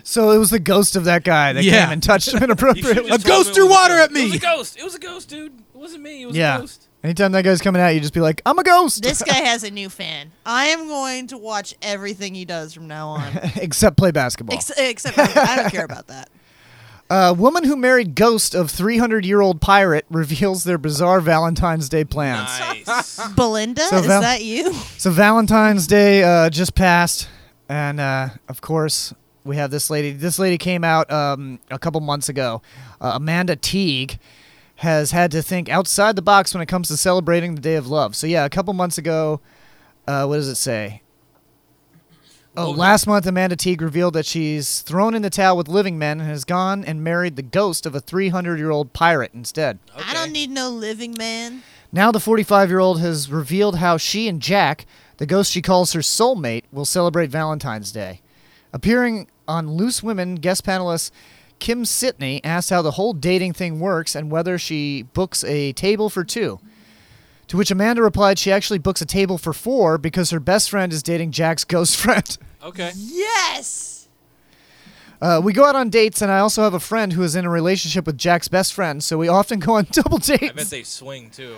S7: So it was the ghost of that guy that
S8: Yeah.
S7: came and touched him
S8: You
S7: inappropriately.
S8: should've just A told ghost him it threw was a water ghost. at me.
S12: It was a ghost. It was a ghost, dude. It wasn't me. It was
S7: yeah.
S12: a ghost.
S7: Anytime that guy's coming out, you just be like, "I'm a ghost."
S11: This guy has a new fan. I am going to watch everything he does from now on.
S7: except play basketball.
S11: Ex- except I don't care about that.
S7: A woman who married ghost of 300 year old pirate reveals their bizarre Valentine's Day plans.
S11: Belinda,
S7: So
S11: is
S7: Val-
S11: that you?
S7: So Valentine's Day uh, just passed, and uh, of course we have this lady. This lady came out um, a couple months ago. Uh, Amanda Teague has had to think outside the box when it comes to celebrating the Day of Love. So yeah, a couple months ago, uh, what does it say? Oh, last month Amanda Teague revealed that she's thrown in the towel with living men and has gone and married the ghost of a 300 year old pirate instead.
S11: I don't need no living man.
S7: Now the 45 year old has revealed how she and Jack, the ghost she calls her soulmate, will celebrate Valentine's Day. Appearing on Loose Women, guest panelist Kim Sitney asked how the whole dating thing works and whether she books a table for two. To which Amanda replied she actually books a table for four because her best friend is dating Jack's ghost friend.
S12: Okay.
S11: Yes.
S7: Uh, we go out on dates, and I also have a friend who is in a relationship with Jack's best friend, so we often go on double dates.
S12: I bet they swing too.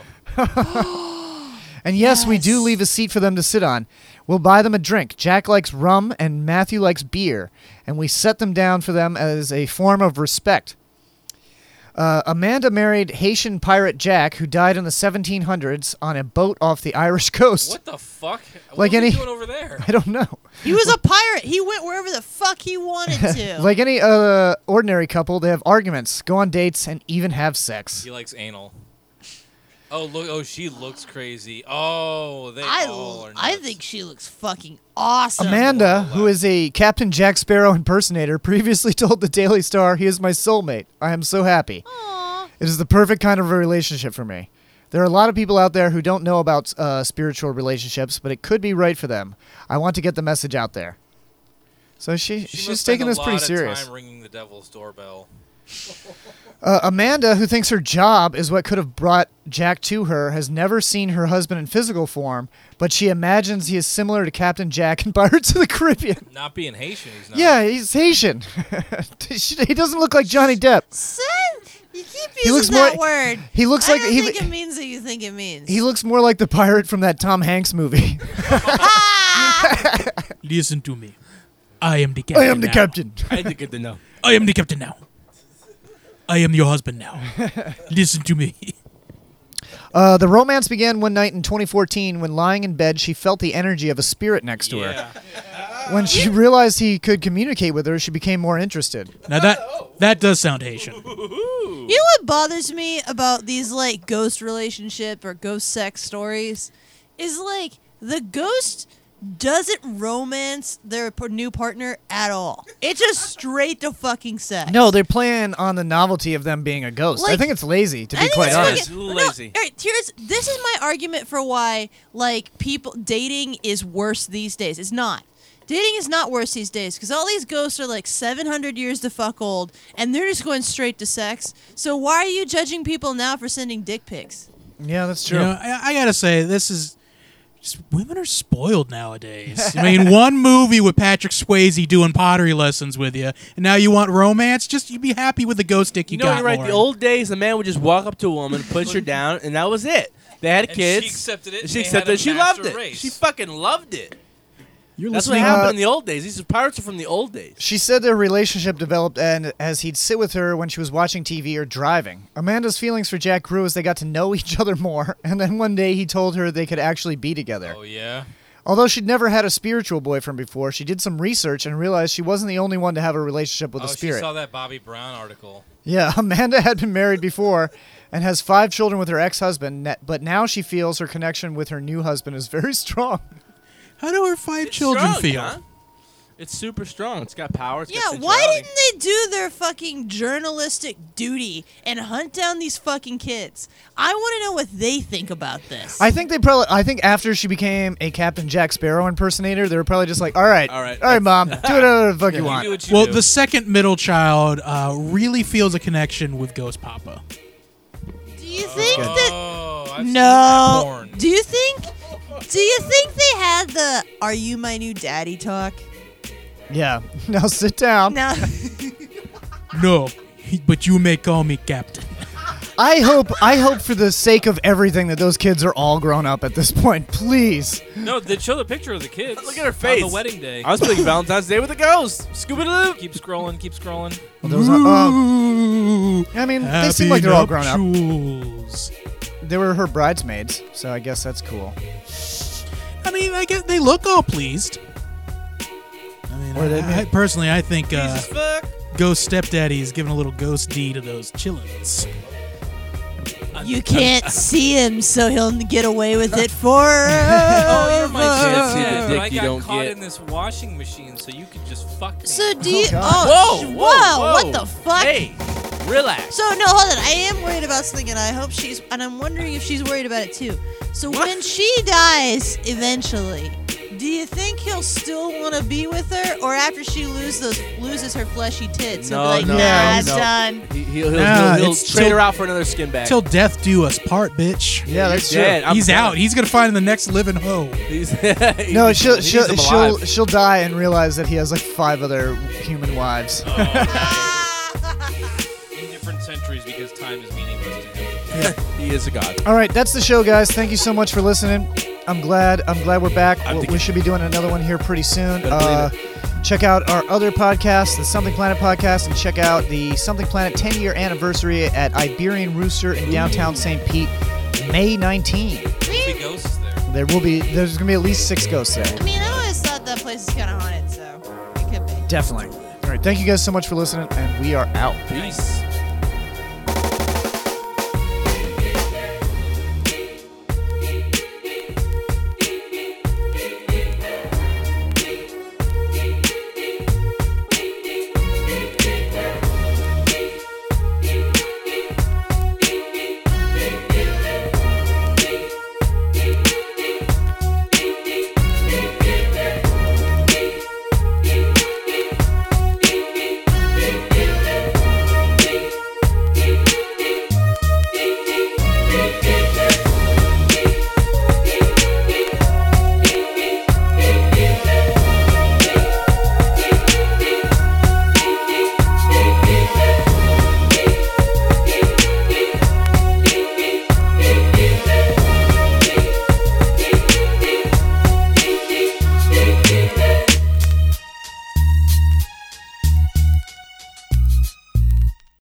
S7: And yes, we do leave a seat for them to sit on. We'll buy them a drink. Jack likes rum and Matthew likes beer. And we set them down for them as a form of respect. Uh, Amanda married Haitian pirate Jack, who died in the 1700s on a boat off the Irish coast.
S12: What the fuck? What
S7: Like
S12: were
S7: any-
S12: we doing over there?
S7: I don't know.
S11: He was a pirate. He went wherever the fuck he wanted to.
S7: like any uh, ordinary couple, they have arguments, go on dates, and even have sex.
S12: He likes anal. Oh look! Oh, she looks crazy. Oh, they
S11: I,
S12: all are.
S11: I think she looks fucking awesome.
S7: Amanda, who is a Captain Jack Sparrow impersonator, previously told the Daily Star, "He is my soulmate. I am so happy. It is the perfect kind of a relationship for me. There are a lot of people out there who don't know about uh, spiritual relationships, but it could be right for them. I want to get the message out there." So she,
S12: She must
S7: she's
S12: spend
S7: taking
S12: a
S7: this pretty
S12: lot of
S7: serious.
S12: Time ringing the devil's doorbell.
S7: Uh, Amanda, who thinks her job is what could have brought Jack to her, has never seen her husband in physical form, but she imagines he is similar to Captain Jack in Pirates of the Caribbean.
S12: Not being Haitian, he's not.
S7: Yeah, he's Haitian. he doesn't look like Johnny Depp.
S11: You keep using
S7: He looks
S11: that
S7: more-
S11: word.
S7: he looks
S11: I
S7: like-
S11: don't
S7: he-
S11: think it means that you think it means.
S7: He looks more like the pirate from that Tom Hanks movie.
S8: Listen to me. I am the captain.
S7: I am the
S8: now.
S7: captain.
S8: I am the captain now. I am your husband now. Listen to me.
S7: Uh, the romance began one night in 2014 when lying in bed, she felt the energy of a spirit next to her. When she realized he could communicate with her, she became more interested.
S8: Now that that does sound Haitian.
S11: You know what bothers me about these like ghost relationship or ghost sex stories is like the ghost doesn't romance their p- new partner at all. It's just straight to fucking sex.
S7: No, they're playing on the novelty of them being a ghost. I
S11: Like-
S7: think it's lazy, to
S11: I
S7: be
S11: think
S7: quite
S11: it's
S7: honest.
S11: fucking- No, all right, here's this is my argument for why like people dating is worse these days. It's not. Dating is not worse these days because all these ghosts are like 700 years to fuck old, and they're just going straight to sex. So why are you judging people now for sending dick pics?
S7: Yeah, that's
S8: You know, I, I gotta say, this is just women are spoiled nowadays. I mean, one movie with Patrick Swayze doing pottery lessons with you, and now you want romance? Just you be happy with the ghost dick you,
S10: You know,
S8: got.
S10: you're right.
S8: Lauren.
S10: The old days, a man would just walk up to a woman, push her down, and that was it. They had
S12: And she
S10: kids.
S12: accepted it,
S10: and
S12: and
S10: She
S12: they had
S10: accepted
S12: a
S10: it. She loved
S12: master
S10: it.
S12: race.
S10: She fucking loved it.
S8: You're
S10: That's what
S7: listening-
S10: happened
S7: Uh,
S10: in the old days. These pirates are from the old days.
S7: She said their relationship developed and as he'd sit with her when she was watching TV or driving. Amanda's feelings for Jack grew as they got to know each other more, and then one day he told her they could actually be together.
S12: Oh yeah.
S7: Although she'd never had a spiritual boyfriend before, she did some research and realized she wasn't the only one to have a relationship with
S13: oh,
S7: a spirit.
S13: she saw that Bobby Brown article.
S7: Yeah, Amanda had been married before and has five children with her ex husband, but now she feels her connection with her new husband is very strong.
S8: How do her five
S7: children
S10: strong,
S7: feel?
S10: huh? It's super strong. It's got power. It's
S11: Yeah,
S10: got
S11: why
S10: sensuality.
S11: didn't they do their fucking journalistic duty and hunt down these fucking kids? I want to know what they think about this.
S7: I think they probably. I think after she became a Captain Jack Sparrow impersonator, they were probably just like, "All right, all right, all right, mom, do whatever the fuck you want."
S8: well, the second middle child uh, really feels a connection with Ghost Papa.
S11: do you think
S8: good.
S11: that?
S8: I've seen that
S11: no.
S8: porn.
S11: Do you think? Do you think they had the "Are you my new daddy" talk?
S7: Yeah. Now sit down.
S11: No.
S8: No, but you may call me Captain.
S7: I hope. I hope for the sake of everything that those kids are all grown up at this point. Please.
S12: No, they show the picture of the kids.
S13: Look at her face.
S12: On the wedding day.
S10: I was playing Valentine's Day with a ghost. Scuba doo.
S13: Keep scrolling, keep scrolling.
S7: Those are- oh. uh, I mean, they seem
S8: Happy
S7: like they're all grown up.
S8: nuptials.
S7: They were her bridesmaids, so I guess that's cool.
S8: I mean, I guess they look all pleased. I mean,
S7: Or they
S8: I, I- personally, I think uh,
S13: fuck.
S8: Ghost Stepdaddy is giving a little ghost D to those chillins.
S11: You can't see him, so he'll get away with it for.
S13: Oh, you're my
S10: Can't see the
S13: sister.
S10: dick
S13: I
S10: you
S13: got
S10: don't
S13: caught
S10: get.
S13: in this washing machine, so you could just fuck me.
S11: So do you?
S13: God. Whoa,
S11: Oh,
S13: whoa,
S11: sh- whoa!
S13: whoa.
S11: What the fuck?
S13: Hey, relax.
S11: So no, hold on. I am worried about something, and I hope she's. And I'm wondering if she's worried about it too. So when she dies eventually, do you think he'll still want to be with her, or after she loses those loses her fleshy tits, he'll be like, Nah, it's done.
S10: He, he'll he'll,
S8: Nah,
S10: he'll, he'll
S8: it's
S10: trade
S8: till-
S10: her out for another skin bag.
S8: Till death do us part, bitch.
S10: Yeah, that's You're dead. true. I'm
S8: He's
S10: dead.
S8: out. He's gonna find the next living hoe.
S7: No, she'll she'll
S8: needs 'em
S7: she'll,
S8: alive.
S7: she'll die and realize that he has like five other human wives.
S13: in different centuries because time is meaningless to him.
S10: he is a god.
S7: All right, that's the show, guys. Thank you so much for listening. I'm glad. I'm glad we're back. We- we should be doing another one here pretty soon. Uh, check out our other podcast, the Something Planet podcast, and check out the Something Planet 10 year anniversary at Iberian Rooster in downtown St. Pete, May 19.
S13: There'll be ghosts there.
S7: There will be. There's gonna be at least six ghosts there.
S11: I mean, I always thought that place is kind of haunted, so it could be.
S7: Definitely. All right. Thank you guys so much for listening, and we are out.
S10: Peace.